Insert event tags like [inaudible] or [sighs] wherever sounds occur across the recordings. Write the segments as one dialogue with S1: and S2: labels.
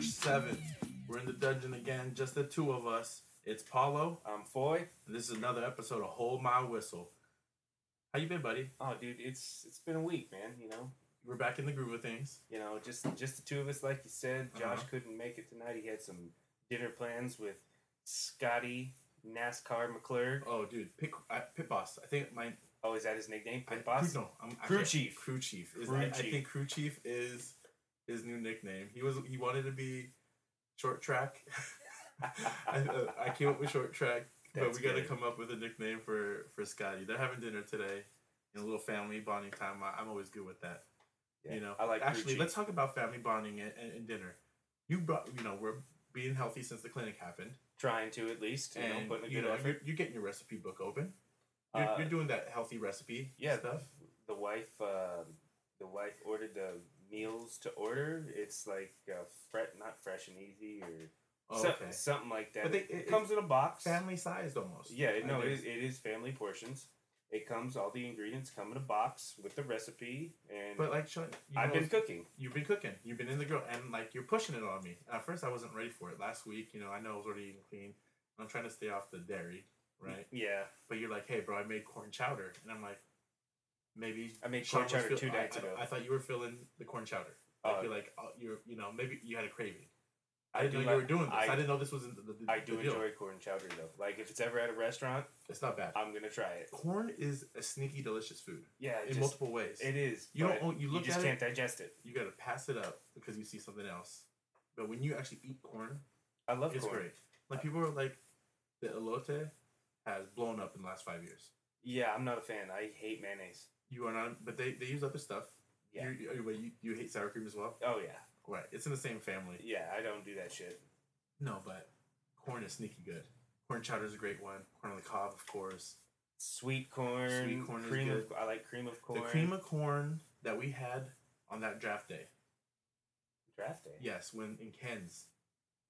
S1: seventh. We're in the dungeon again, just the two of us. It's Paulo.
S2: I'm Um, Foy.
S1: and This is another episode of Hold My Whistle. How you been, buddy?
S2: Oh, dude, it's it's been a week, man. You know,
S1: We're back in the groove of things.
S2: you know, just just the two of us, like you said. Josh
S1: Uh-huh.
S2: couldn't make it tonight. He had some dinner plans with Scotty NASCAR McClure.
S1: Oh, dude, Pick, uh, Pit Boss. I think my
S2: Oh, is that his nickname?
S1: I-
S2: Pit Boss.
S1: No, I'm, I
S2: Crew
S1: can't-
S2: Chief.
S1: Crew Chief. Is
S2: Crew
S1: I, I
S2: Chief.
S1: think Crew Chief is his new nickname. He was he wanted to be short track. [laughs] I, uh, I came up with short track, but
S2: That's
S1: we got to
S2: good.
S1: come up with a nickname for for Scotty. They're having dinner today in a little family bonding time. I, I'm always good with that.
S2: Yeah,
S1: You know,
S2: I like
S1: actually.
S2: Crew
S1: Let's talk about family bonding and, and, and dinner. You brought, you know, we're being healthy since the clinic happened,
S2: trying to at least, you know,
S1: and
S2: putting a
S1: you
S2: good
S1: know,
S2: effort.
S1: you're, you're getting your recipe book open. You're,
S2: Uh,
S1: you're doing that healthy recipe
S2: yeah,
S1: stuff.
S2: the wife uh, the wife ordered the meals to order. It's like uh, fret not fresh and easy or
S1: Oh,
S2: so-
S1: okay.
S2: something like that.
S1: But they-
S2: it,
S1: it-
S2: comes in a box.
S1: family sized almost.
S2: Yeah, it-
S1: I
S2: no, it
S1: guess.
S2: is, it is family portions. It comes all the ingredients come in a box with the recipe, and
S1: But like, Sean, you
S2: I've
S1: know,
S2: been cooking.
S1: you've been cooking, you've been in the grill, and like you're pushing it on me. At first, I wasn't ready for it. Last week, you know, I know I was already eating clean. I'm trying to stay off the dairy, right?
S2: Yeah,
S1: But you're like, hey, bro, I made corn chowder, and I'm like, maybe
S2: I made
S1: Sean
S2: corn
S1: was
S2: chowder
S1: feel-
S2: two
S1: I-
S2: nights
S1: I,
S2: ago.
S1: I, thought you were feeling the corn chowder. Like
S2: Uh,
S1: you're like, oh, you're, you know, maybe you had a craving.
S2: I
S1: I didn't
S2: do
S1: know you
S2: like-
S1: were doing this. I,
S2: I-
S1: didn't know this was in the, the, the
S2: I do
S1: the deal.
S2: enjoy corn chowder though. Like if it's ever at a restaurant,
S1: It's not bad.
S2: I'm gonna try it.
S1: corn is a sneaky delicious food
S2: Yeah,
S1: in
S2: it, just,
S1: multiple ways.
S2: it is.
S1: You don't
S2: but
S1: own- you look
S2: just
S1: at it-
S2: can't digest it.
S1: you gotta pass it up because you see something else. But when you actually eat corn,
S2: I love
S1: it's
S2: corn.
S1: great. Like people are like, the elote has blown up in the last five years.
S2: Yeah, I'm not a fan. I hate mayonnaise.
S1: You are not, but they, they use other stuff.
S2: Yeah.
S1: You, you, wait, you, you hate sour cream as well?
S2: Oh yeah,
S1: Right. It's in the same family.
S2: yeah. I don't do that shit.
S1: No, but corn is sneaky good. Corn chowder is a great one. Corn on the cob, of course.
S2: Sweet corn.
S1: Sweet corn is
S2: cream Of, I like cream of corn.
S1: The cream of corn that we had on that draft day.
S2: draft day.
S1: Yes, when in Ken's,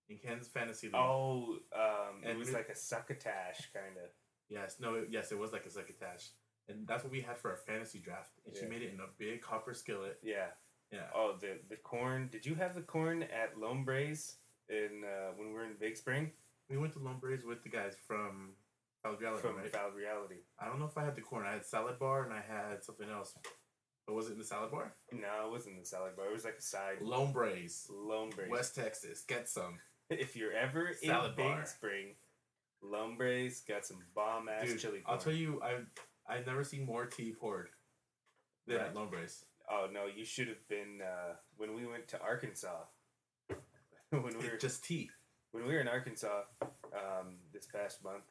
S1: in Ken's fantasy league.
S2: Oh, um, it
S1: And
S2: was
S1: we-
S2: like a succotash kind of.
S1: Yes, no, it, yes, it was like a succotash, and that's what we had for our fantasy draft. And she
S2: Yeah.
S1: made it in a big copper skillet.
S2: Yeah.
S1: Yeah,
S2: Oh, the the corn. Did you have the corn at Lombres in uh, when we were in Big Spring
S1: we went to Lombres with the guys from Valgrella,
S2: from
S1: Oh, right?
S2: Valid Reality?
S1: I don't know if I had the corn. I had salad bar and I had something else. But was it in the salad bar?
S2: No, it wasn't the salad bar. It was like a side
S1: Lombres,
S2: Lombres.
S1: West Texas. Get some,
S2: If you're ever
S1: Salad
S2: in Big
S1: bar.
S2: Spring, Lombres got some bomb ass
S1: dude.
S2: chili corn.
S1: I'll tell you, I I've never seen more tea poured than
S2: Right.
S1: at Lombres.
S2: Oh no, you should have been uh, when we went to Arkansas. [laughs] when we were
S1: It, just tea.
S2: when we were in Arkansas um, this past month,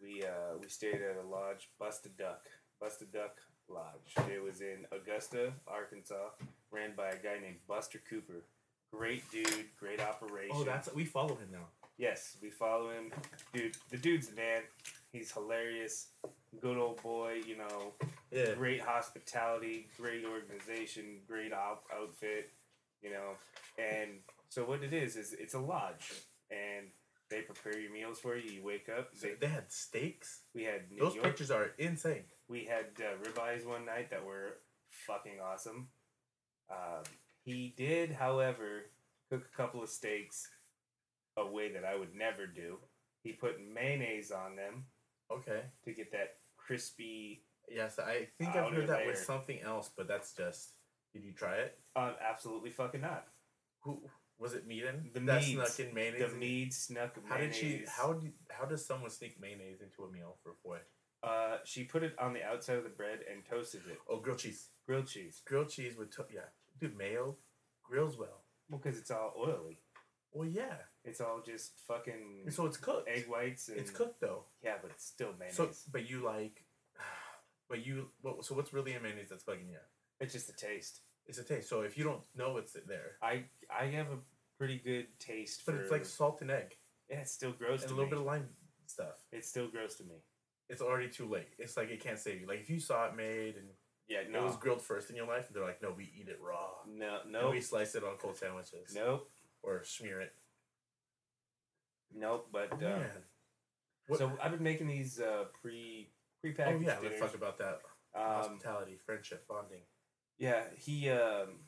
S2: we uh, we stayed at a lodge, Busted Duck, Busted Duck Lodge. It was in Augusta, Arkansas, ran by a guy named Buster Cooper. Great dude, great operation.
S1: Oh, that's we follow him now.
S2: yes. We follow him, dude. The dude's the man. He's hilarious, good old boy. You know,
S1: Yeah,
S2: great hospitality, great organization, great out- outfit, you know. And so what it is is it's a lodge, and they prepare your meals for you. You wake up.
S1: so
S2: They,
S1: they had steaks.
S2: we had New
S1: Those
S2: York.
S1: pictures are insane.
S2: We had uh, ribeyes one night that were fucking awesome. Um, he did, however, cook a couple of steaks a way that I would never do. He put mayonnaise on them
S1: Okay.
S2: to get that crispy.
S1: Yes, I think I've
S2: Outer
S1: heard that
S2: layer.
S1: with something else, but that's just. Did you try it?
S2: Um, absolutely fucking not.
S1: Who was it? Meaden?
S2: The
S1: that
S2: Meads.
S1: snuck in mayonnaise.
S2: The
S1: in-
S2: mead snuck
S1: How did
S2: mayonnaise.
S1: she? How do, How does someone sneak mayonnaise into a meal for foy?
S2: Uh, she put it on the outside of the bread and toasted it.
S1: Oh, grilled cheese.
S2: Grilled cheese.
S1: Grilled cheese with to- yeah, dude, mayo grills well.
S2: Well, because it's all oily.
S1: Well, yeah.
S2: It's all just fucking
S1: So it's cooked.
S2: egg whites and
S1: It's cooked though.
S2: Yeah, but it's still mayonnaise.
S1: So, but you like, [sighs] but you. What, so what's really in mayonnaise that's bugging you?
S2: it's just the taste.
S1: It's a taste. So if you don't know it's there,
S2: I I have a pretty good taste
S1: but
S2: for.
S1: it's like salt and egg
S2: yeah, it's still gross
S1: and a
S2: to
S1: little
S2: me.
S1: bit of lime stuff.
S2: it's still gross to me.
S1: It's already too late. It's like it can't save you. Like if you saw it made and
S2: Yeah,
S1: It
S2: no,
S1: was grilled first in your life, and they're like, no, we eat it raw.
S2: no,
S1: No,
S2: no,
S1: we slice it on cold sandwiches
S2: nope,
S1: or smear it.
S2: nope. But uh,
S1: Man. Oh, What-
S2: so I've been making these uh, pre
S1: oh
S2: prepackaged
S1: yeah, let's
S2: dinners.
S1: talk about that
S2: Um,
S1: hospitality, friendship, bonding.
S2: Yeah, he um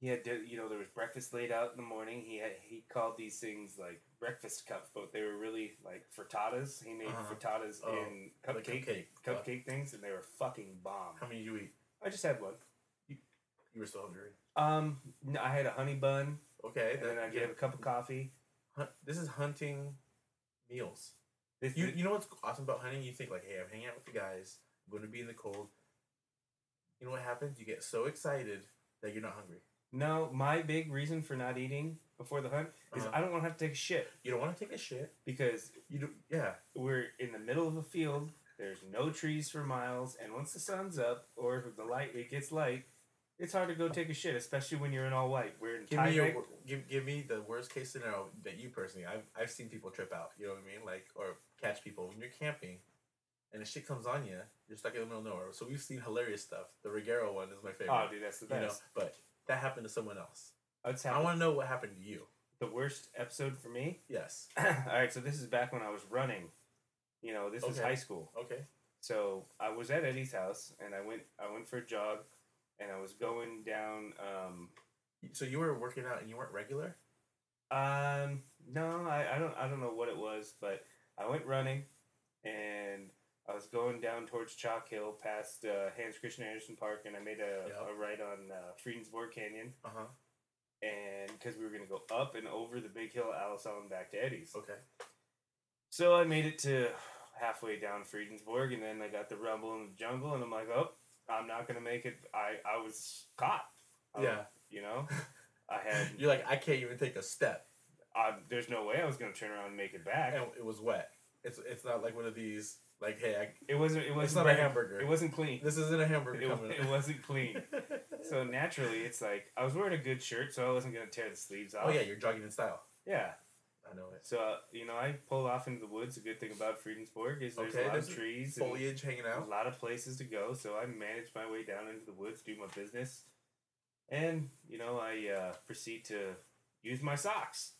S2: he had di- you know there was breakfast laid out in the morning. He had he called these things like breakfast cups, but they were really like frittatas. He made
S1: Uh-huh.
S2: frittatas
S1: Oh,
S2: in
S1: Like
S2: cupcake
S1: cupcake. Wow.
S2: cupcake things, and they were fucking bomb.
S1: How many you eat?
S2: I just had one.
S1: You were still hungry.
S2: Um, no, I had a honey bun,
S1: Okay.
S2: and then I gave a cup of coffee.
S1: Hun- This is hunting meals.
S2: This,
S1: You you know what's awesome about hunting? You think like, hey, I'm hanging out with the guys. I'm going to be in the cold. You know what happens? You get so excited that you're not hungry.
S2: no, my big reason for not eating before the hunt is
S1: Uh-huh.
S2: I don't want to have to take a shit
S1: You don't want to take a shit.
S2: because
S1: You do. Yeah.
S2: we're in the middle of a field. There's no trees for miles, and once the sun's up or if the light it gets light, it's hard to go take a shit, especially when you're in all white. We're in
S1: Give me your
S2: Tyvek.
S1: wor- give, give me the worst case scenario that you personally. I've I've seen people trip out. You know what I mean? Like or catch people when you're camping, and the shit comes on you. You're stuck in the middle of nowhere. So we've seen hilarious stuff. The Regero one is my favorite.
S2: Oh, dude, that's the
S1: you know,
S2: best.
S1: but that happened to someone else.
S2: That's
S1: I
S2: happened.
S1: want to know what happened to you.
S2: the worst episode for me. [clears throat]
S1: Yes.
S2: all right, so this is back when I was running. You know, this was
S1: Okay.
S2: high school.
S1: Okay.
S2: So I was at Eddie's house, and I went. I went for a jog, and I was going down. Um,
S1: So you were working out and you weren't regular.
S2: um, no, I, I don't. I don't know what it was, but I went running, and I was going down towards Chalk Hill, past uh, Hans Christian Andersen Park, and I made a,
S1: Yeah.
S2: a right on uh, Friedensborg Canyon,
S1: Uh huh.
S2: and because we were gonna go up and over the big hill, Alice and back to Eddie's.
S1: Okay.
S2: So I made it to halfway down Friedensborg, and then I got the rumble in the jungle, and I'm like, oh, I'm not gonna make it. I I was caught. Um,
S1: Yeah.
S2: You know, I had.
S1: You're like I can't even take a step,
S2: I, there's no way I was gonna turn around and make it back.
S1: and it was wet. It's it's not like one of these like hey, I,
S2: It wasn't. It
S1: it's
S2: wasn't.
S1: not a
S2: very-
S1: hamburger.
S2: It wasn't clean.
S1: this isn't a hamburger
S2: It,
S1: coming.
S2: it wasn't clean.
S1: [laughs]
S2: So naturally, it's like I was wearing a good shirt, so I wasn't gonna tear the sleeves off.
S1: oh yeah, you're jogging in style.
S2: Yeah.
S1: I know it.
S2: So uh, you know, I pull off into the woods. A good thing about Friedensborg is there's
S1: Okay,
S2: a lot of
S1: there's
S2: trees. and-
S1: Foliage hanging
S2: a
S1: out.
S2: lot of places to go, so I managed my way down into the woods, do my business, and you know I uh, proceed to use my socks.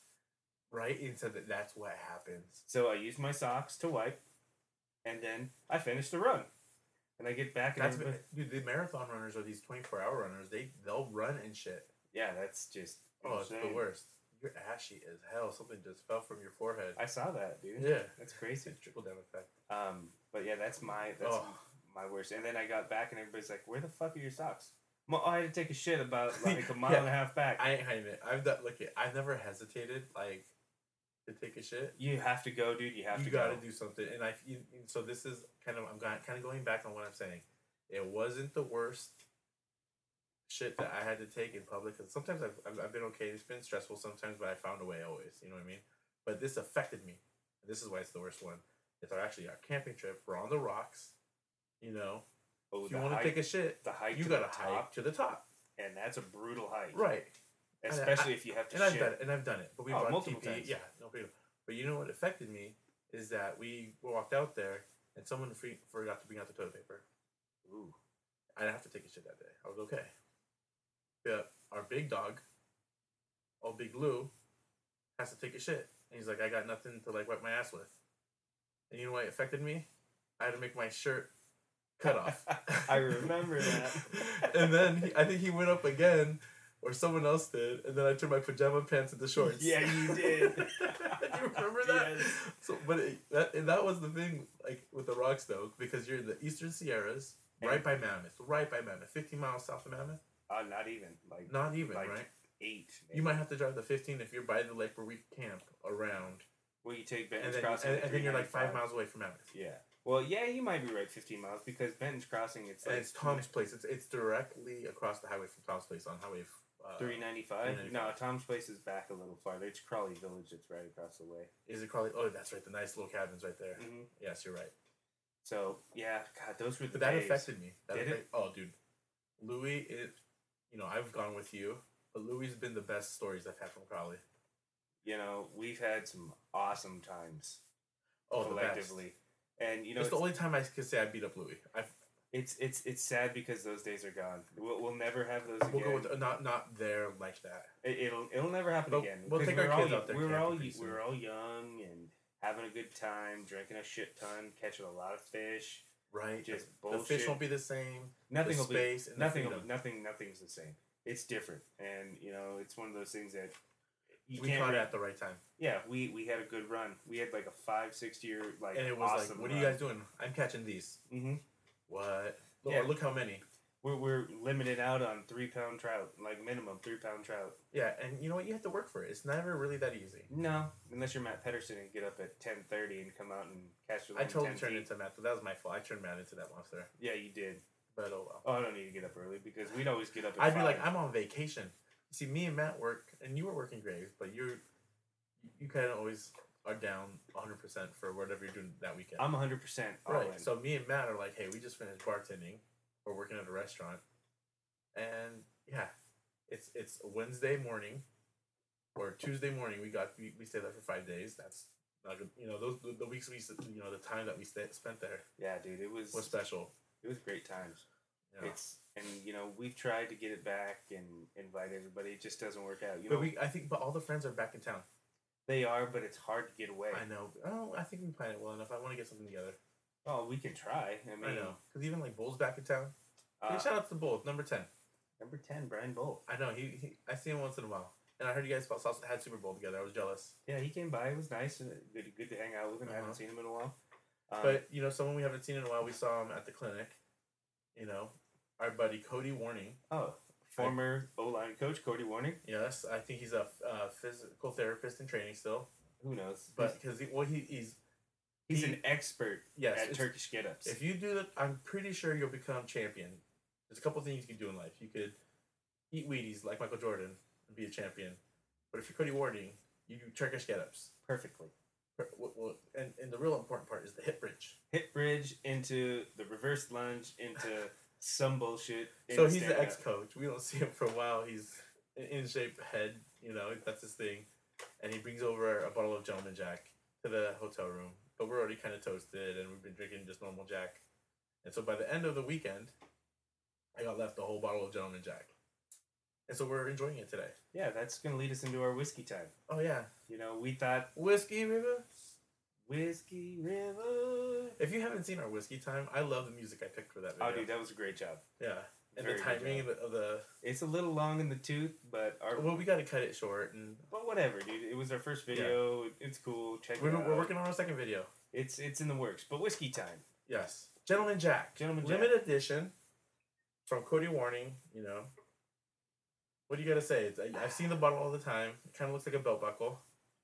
S1: Right? And so that that's what happens.
S2: So I use my socks to wipe, and then I finish the run, and I get back. And
S1: That's
S2: everybody-
S1: dude, the marathon runners are these twenty four hour runners. They they'll run and shit.
S2: yeah, that's just
S1: Oh, it's the
S2: insane.
S1: worst. You're ashy as hell. Something just fell from your forehead.
S2: I saw that, dude.
S1: yeah.
S2: That's crazy.
S1: Triple down effect.
S2: Um, but yeah, that's my that's
S1: Oh.
S2: my worst. And then I got back, and everybody's like, "Where the fuck are your socks?" Well, I had to take a
S1: [laughs]
S2: shit about like a mile
S1: Yeah.
S2: and a half back.
S1: I ain't hiding it. I've done, look it. I've never hesitated like to take a shit.
S2: you have to go, dude. You have
S1: you
S2: to
S1: got to
S2: go.
S1: do something. And I you, and so this is kind of I'm going, kind of going back on what I'm saying. It wasn't the worst shit that I had to take in public. Cause sometimes I've, I've I've been okay. It's been stressful sometimes, but I found a way always. You know what I mean? But this affected me. This is why it's the worst one. It's our actually our camping trip. We're on the rocks. You know,
S2: Oh,
S1: if
S2: the
S1: you want to
S2: hike-
S1: take a shit,
S2: the hike
S1: you
S2: to
S1: got
S2: the
S1: to hike
S2: top,
S1: to the top,
S2: and that's a brutal hike,
S1: right?
S2: Especially if you have to
S1: and I've
S2: shit.
S1: done it, and I've done it, but we
S2: Oh,
S1: brought
S2: multiple
S1: TP.
S2: times.
S1: Yeah, no problem. But you know what affected me is that we walked out there and someone free, forgot to bring out the toilet paper.
S2: Ooh.
S1: I didn't have to take a shit that day. I was okay. Yeah, our big dog, old Big Lou, has to take a shit, and he's like, I got nothing to like wipe my ass with. And you know what affected me? I had to make my shirt cut off.
S2: [laughs] I remember
S1: [laughs]
S2: that.
S1: and then he, I think he went up again, or someone else did, and then I turned my pajama pants into shorts.
S2: Yeah, you did.
S1: [laughs] do you remember that?
S2: Yes.
S1: So, but it, that and that was the thing, like with the rocks though, because you're in the Eastern Sierras, right
S2: And-
S1: by Mammoth, right by Mammoth, 15 miles south of Mammoth.
S2: Uh, not even like
S1: Not even
S2: Like-
S1: right.
S2: eight.
S1: You
S2: maybe.
S1: might have to drive the 15 if you're by the lake where we camp around,
S2: Well, you take
S1: and
S2: Benton's
S1: then,
S2: Crossing.
S1: and,
S2: to
S1: and then you're like five
S2: 395.
S1: miles away from Mammoth.
S2: Yeah. Well, yeah, you might be right. Fifteen miles because Benton's Crossing. It's
S1: And
S2: like
S1: it's Tom's place. It's it's directly across the highway from Tom's place on highway. Uh,
S2: Three ninety five. No,
S1: 395.
S2: Tom's Place is back a little farther. It's Crawley Village. It's right across the way.
S1: Is it Crawley? Oh, that's right. The nice little cabins right there.
S2: hmm
S1: Yes, you're right.
S2: So yeah, God, those were the
S1: But that
S2: days.
S1: affected me. That
S2: Did it?
S1: affect- Oh, dude, Louis. It, you know, I've gone with you, but Louis has been the best stories I've had from Crawley.
S2: You know, we've had some awesome times
S1: Oh, the best.
S2: collectively, and you know,
S1: it's
S2: it's,
S1: the only time I can say I beat up Louis. I
S2: it's it's it's sad because those days are gone. We'll, we'll never have those again.
S1: we'll go with not not there like that.
S2: It, it'll it'll never happen
S1: But
S2: again.
S1: we'll
S2: 'cause
S1: take
S2: we
S1: our
S2: were all,
S1: kids out there
S2: We were all
S1: camping
S2: we were all young and having a good time, drinking a shit ton, catching a lot of fish.
S1: Right.
S2: Just
S1: the, the fish
S2: bullshit.
S1: won't be the same.
S2: Nothing
S1: the
S2: will be
S1: space and
S2: nothing
S1: the
S2: will,
S1: freedom.
S2: nothing nothing's the same. it's different, and you know, it's one of those things that you
S1: we
S2: can't.
S1: caught it
S2: really-
S1: at the right time.
S2: yeah, we we had a good run. We had like a five six year like
S1: and it was
S2: awesome
S1: like, what are you guys doing? I'm catching these.
S2: hmm
S1: What?
S2: Yeah.
S1: Yeah. look how many.
S2: We're we're limited out on three pound trout, like minimum three pound trout.
S1: Yeah, and you know what? You have to work for it. It's never really that easy.
S2: No, unless you're Matt Pedersen and get up at ten thirty and come out and catch the.
S1: I
S2: line
S1: totally
S2: 10
S1: turned
S2: feet.
S1: into Matt. That was my fault. I turned Matt into that monster.
S2: Yeah, you did.
S1: But oh well.
S2: Oh, I don't need to get up early because we'd always get up. At
S1: I'd be like,
S2: five.
S1: I'm on vacation. You see, me and Matt work, and you were working great, but you're you kind of always are down 100 percent for whatever you're doing that weekend.
S2: I'm 100 percent all
S1: right.
S2: in.
S1: So me and Matt are like, hey, we just finished bartending or working at a restaurant, and yeah, it's it's Wednesday morning or Tuesday morning. We got we, we stayed there for five days. That's not good. You know those the, the weeks we s- you know the time that we stay, spent there
S2: yeah, dude, it was
S1: was special.
S2: it was great times.
S1: you know.
S2: It's and you know we've tried to get it back and invite everybody. It just doesn't work out. You know
S1: But we, I think, but all the friends are back in town.
S2: they are, but it's hard to get away.
S1: I know. Oh, I think we planned it well enough. I want to get something together.
S2: Oh, we can try. I
S1: I
S2: mean,
S1: know. Because even like Bull's back in town. Hey,
S2: uh,
S1: shout out to Bull, number 10.
S2: number ten, Brian Bull.
S1: I know. He, he I see him once in a while. And I heard you guys saw, saw- had Super Bowl together. I was jealous.
S2: Yeah, he came by. It was nice. and Good, good to hang out with him. I
S1: Uh-huh.
S2: haven't seen him in a while. Um,
S1: but, you know, someone we haven't seen in a while, we saw him at the clinic. You know, our buddy Cody Warning.
S2: oh, former O line coach Cody Warning.
S1: Yes, I think he's a uh, physical therapist in training still.
S2: Who knows?
S1: But because he, well, he, he's,
S2: he's
S1: he-
S2: an expert
S1: yes.
S2: at
S1: it's-
S2: Turkish get-ups.
S1: If you do that, I'm pretty sure you'll become champion. There's a couple things you could do in life. You could eat Wheaties like Michael Jordan and be a champion. But if you're Cody Warding, you do Turkish get-ups.
S2: Perfectly.
S1: Per- wh- wh- And, and the real important part is the hip bridge.
S2: Hip bridge into the reverse lunge
S1: [laughs]
S2: into some bullshit.
S1: so
S2: into
S1: he's the
S2: stand-up.
S1: ex-coach. We don't [laughs] see him for a while. He's an in-shape head. You know that's his thing. And he brings over a bottle of Gentleman Jack to the hotel room. But we're already kind of toasted, and we've been drinking just normal Jack. And so by the end of the weekend, I got left a whole bottle of Gentleman Jack. And so we're enjoying it today.
S2: Yeah, that's gonna lead us into our whiskey time.
S1: Oh yeah,
S2: You know, we thought
S1: whiskey river.
S2: whiskey river.
S1: If you haven't seen our whiskey time, I love the music I picked for that video.
S2: Oh, dude, that was a great job.
S1: Yeah, and
S2: Very
S1: the
S2: good
S1: timing of
S2: job.
S1: the, of the.
S2: It's a little long in the tooth, but our
S1: Well, we got to cut it short, and
S2: but whatever, dude. It was our first video. It's cool. Check
S1: we're,
S2: it out.
S1: we're working on our second video.
S2: It's it's in the works. But whiskey time.
S1: Yes. Gentleman Jack.
S2: Gentleman Jack.
S1: Limited edition from Cody Warning, you know. What do you got to say? It's, I, I've seen the bottle all the time. It kind of looks like a belt buckle.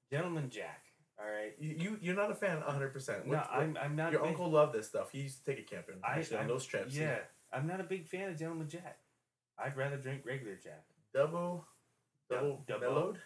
S2: Gentleman Jack. All right.
S1: You, you, you're not a fan 100%. What-
S2: no,
S1: what-
S2: I'm I'm not. a
S1: your
S2: big-
S1: uncle loved this stuff. He used to take it camping.
S2: I-
S1: actually, on
S2: I'm-
S1: those trips.
S2: Yeah, I'm not a big fan of Gentleman Jack. I'd rather drink regular Jack.
S1: Double, double,
S2: Dub- double.
S1: mellowed,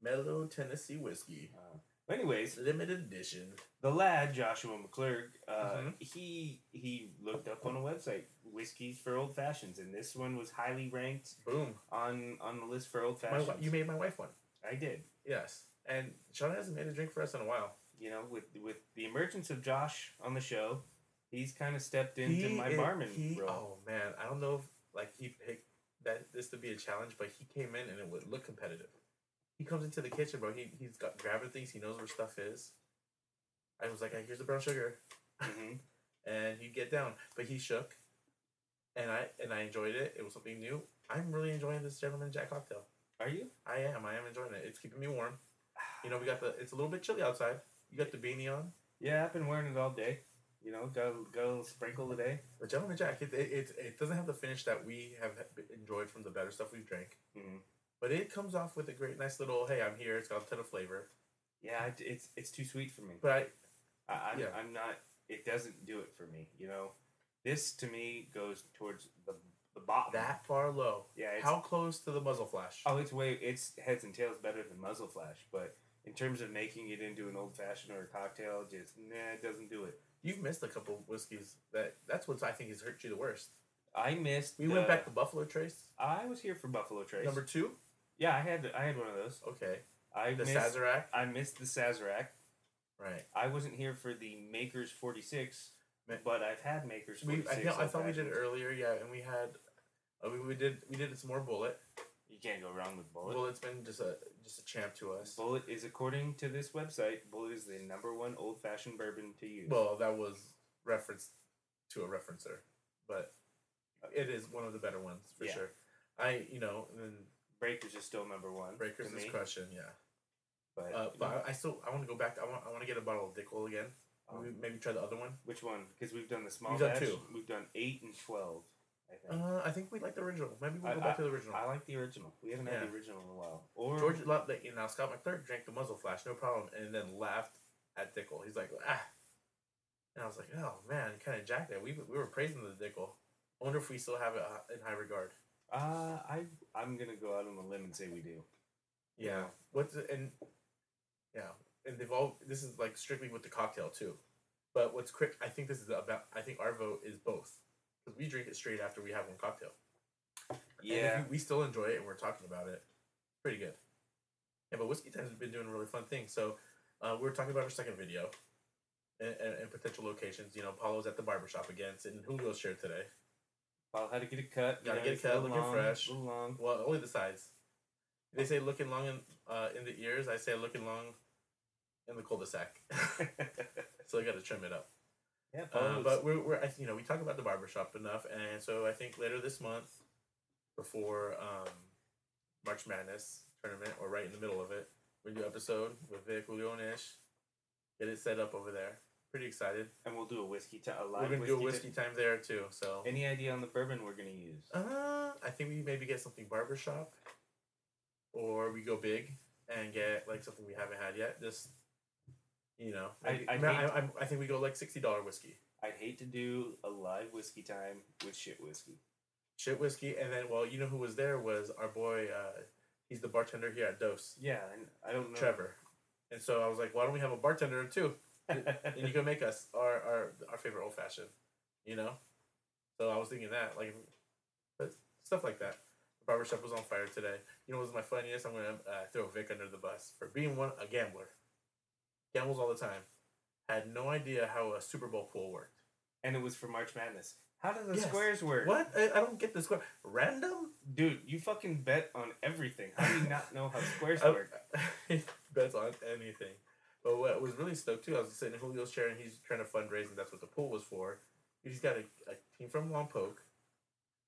S1: mellow Tennessee whiskey.
S2: Uh, anyways,
S1: Limited edition.
S2: the lad Joshua McClurg, uh,
S1: Mhm.
S2: he he looked up on a website whiskeys for old fashions, and this one was highly ranked
S1: Boom.
S2: on on the list for old
S1: My,
S2: fashions.
S1: wi- you made my wife one.
S2: I did.
S1: Yes. And Sean hasn't made a drink for us in a while.
S2: You know, with with the emergence of Josh on the show, he's kind of stepped into
S1: He
S2: my
S1: is-
S2: barman
S1: he-
S2: role.
S1: Oh man, I don't know if like he picked that this to be a challenge, but he came in and it would look competitive. He comes into the kitchen, bro. He he's got grabbing things. He knows where stuff is. I was like, hey, here's the brown sugar,
S2: Mhm.
S1: and he'd get down, but he shook, and I and I enjoyed it. It was something new. I'm really enjoying this gentleman Jack cocktail.
S2: Are you?
S1: I am. I am enjoying it. It's keeping me warm. You know, we got the. It's a little bit chilly outside. You got the beanie on.
S2: Yeah, I've been wearing it all day. You know, got a- got a little sprinkle today.
S1: But Gentleman Jack, it, it, it, it doesn't have the finish that we have enjoyed from the better stuff we've drank.
S2: Mhm.
S1: But it comes off with a great, nice little, hey, I'm here. It's got a ton of flavor.
S2: Yeah, it- it's it's too sweet for me.
S1: But I,
S2: I, I'm,
S1: Yeah.
S2: I'm not. It doesn't do it for me. You know, this to me goes towards the the bottom.
S1: that far low.
S2: yeah. It's,
S1: How close to the muzzle flash?
S2: Oh, it's way. It's heads and tails better than muzzle flash, but in terms of making it into an old fashioned or a cocktail, just nah, it doesn't do it.
S1: You've missed a couple whiskeys. That That's what I think has hurt you the worst.
S2: I missed.
S1: We
S2: the-
S1: went back to Buffalo Trace,
S2: I was here for Buffalo Trace.
S1: number two.
S2: yeah, I had I had one of those.
S1: Okay.
S2: I
S1: The
S2: missed.
S1: Sazerac.
S2: I missed the Sazerac.
S1: Right.
S2: I wasn't here for the Makers Forty Six,
S1: Ma-
S2: but I've had Makers
S1: We,
S2: Forty Six.
S1: I, feel- I thought we did it earlier, yeah, and we had. Uh, we, we did we did some more bullet.
S2: You can't go wrong with Bullet.
S1: Bullet's been just a just a champ to us.
S2: Bullet is, according to this website, Bullet is the number one old fashioned bourbon to use.
S1: Well, that was referenced to a referencer, but it is one of the better ones for
S2: Yeah.
S1: sure. I you know and then
S2: Breakers is still number one.
S1: breakers
S2: to
S1: is
S2: me,
S1: crushing. Yeah,
S2: But,
S1: uh, but I, I still I want to go back. I want I want to get a bottle of Dick Oil again.
S2: um,
S1: Maybe, maybe try the other one.
S2: which one? Because we've done the small
S1: We've done
S2: batch.
S1: two.
S2: We've done eight and twelve. I think.
S1: Uh, I think we like the original. Maybe we'll
S2: I-
S1: go back to the original.
S2: I like the original. We haven't had
S1: Yeah.
S2: the original in a while. Or
S1: George, lo- like, you know, Scott McClurg drank the muzzle flash, no problem, and then laughed at Dickel. He's like, ah. And I was like, oh man, kind of jacked that. We, we were praising the Dickel. I wonder if we still have it uh, in high regard.
S2: uh, I I'm gonna go out on a limb and say we do.
S1: Yeah. What's and yeah, and they've all. This is like strictly with the cocktail too. But what's quick? I think this is about. I think our vote is both because we drink it straight after we have one cocktail. And if
S2: Yeah.
S1: we, we still enjoy it and we're talking about it. Pretty good. Yeah, but Whiskey Times has been doing a really fun thing. So uh, we are talking about our second video and, and, and potential locations. You know, Paulo's at the barbershop again, and Julio's shared today.
S2: Well, how to get it cut. you
S1: Gotta
S2: know,
S1: get it
S2: it's
S1: cut,
S2: a little
S1: looking
S2: long,
S1: fresh. [laughs]
S2: little long.
S1: Well, only the sides. They say looking long in, uh, in the ears. I say looking long in the cul-de-sac. [laughs] so I got to trim it up.
S2: yeah,
S1: Uh,
S2: Paul's-
S1: but we're, we're I- you know we talk about the barbershop enough, and so I think later this month, before um, March Madness tournament or right in the middle of it, we do episode with Vic, Julio, and Ish. Get it set up over there. Pretty excited.
S2: and we'll do a whiskey time. A
S1: we're
S2: live
S1: gonna
S2: whiskey,
S1: do a
S2: ti-
S1: whiskey time there too. So
S2: Any idea on the bourbon we're gonna use?
S1: uh, I think we maybe get something barbershop, or we go big and get like something we haven't had yet. Just you know,
S2: I-
S1: maybe-
S2: I
S1: I, mean,
S2: hate-
S1: I, I, I think we go like sixty dollar whiskey.
S2: I'd hate to do a live whiskey time with shit whiskey.
S1: shit whiskey, and then well, you know who was there was our boy. Uh, he's the bartender here at Dose,
S2: Yeah, and I don't know. [laughs]
S1: Trevor. And so I was like, why don't we have a bartender too? And you can make us our our, our favorite old fashioned, you know. So I was thinking that like, but stuff like that. The barbershop was on fire today. You know, what was my funniest. I'm gonna uh, throw Vic under the bus for being one a gambler. Gambles all the time. Had no idea how a Super Bowl pool worked.
S2: and it was for March Madness. How do the
S1: Yes.
S2: squares work?
S1: What? I, I don't get this. que- Random.
S2: Dude, you fucking bet on everything. How do you not know how
S1: [laughs]
S2: squares
S1: I-
S2: work?
S1: he [laughs] bets on anything. But what was really stoked too, I was sitting in Julio's chair and he's trying to fundraise, and that's what the pool was for. He's got a, a team from Lompoc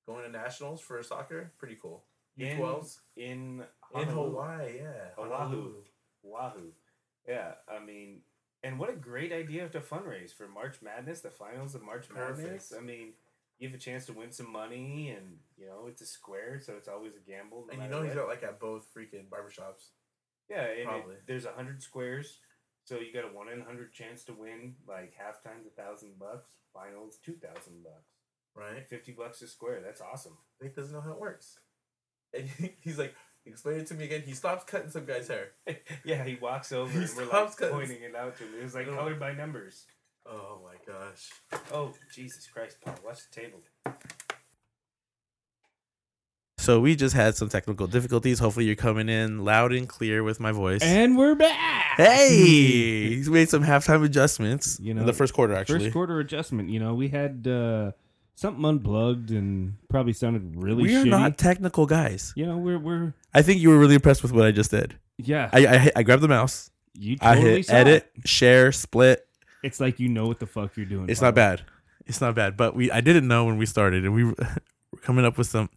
S1: going to nationals for soccer. Pretty cool.
S2: In-
S1: U12s
S2: In
S1: in
S2: Honolulu.
S1: Hawaii, yeah.
S2: Oahu. Wahoo. Yeah, I mean, and what a great idea to fundraise for March Madness, the finals of March
S1: Perfect.
S2: Madness. I mean, you have a chance to win some money, and, you know, it's a square, so it's always a gamble. no
S1: And you
S2: matter
S1: know he's
S2: what.
S1: got like at both freaking barbershops.
S2: Yeah, and it-
S1: Probably.
S2: there's a hundred squares, so you got a one in hundred chance to win. Like half times a thousand bucks, finals two thousand bucks,
S1: right?
S2: fifty bucks a square. That's awesome.
S1: Vic doesn't know how it works. And [laughs] he's like, explain it to me again. He stops cutting some guy's hair.
S2: [laughs] yeah, he walks over
S1: He
S2: and we're
S1: stops
S2: like
S1: 'cause-
S2: pointing it out to him. It was like colored by numbers.
S1: Oh my gosh.
S2: Oh Jesus Christ, Paul! Watch the table.
S1: So we just had some technical difficulties. Hopefully you're coming in loud and clear with my voice.
S3: And we're back.
S1: Hey, he's made some halftime adjustments.
S3: You
S1: You know,
S3: know,
S1: the first quarter actually.
S3: First quarter adjustment. You know, we had uh, something unplugged and probably sounded really
S1: we are
S3: shitty.
S1: not technical guys.
S3: you know, we're we're
S1: I think you were really impressed with what I just did.
S3: yeah.
S1: I I, I grabbed the mouse.
S3: you
S1: I
S3: totally
S1: hit
S3: saw
S1: edit,
S3: It.
S1: share, split.
S3: It's like you know what the fuck you're doing.
S1: It's
S3: Paul.
S1: not bad. It's not bad. But we I didn't know when we started, and we were [laughs] we're coming up with some.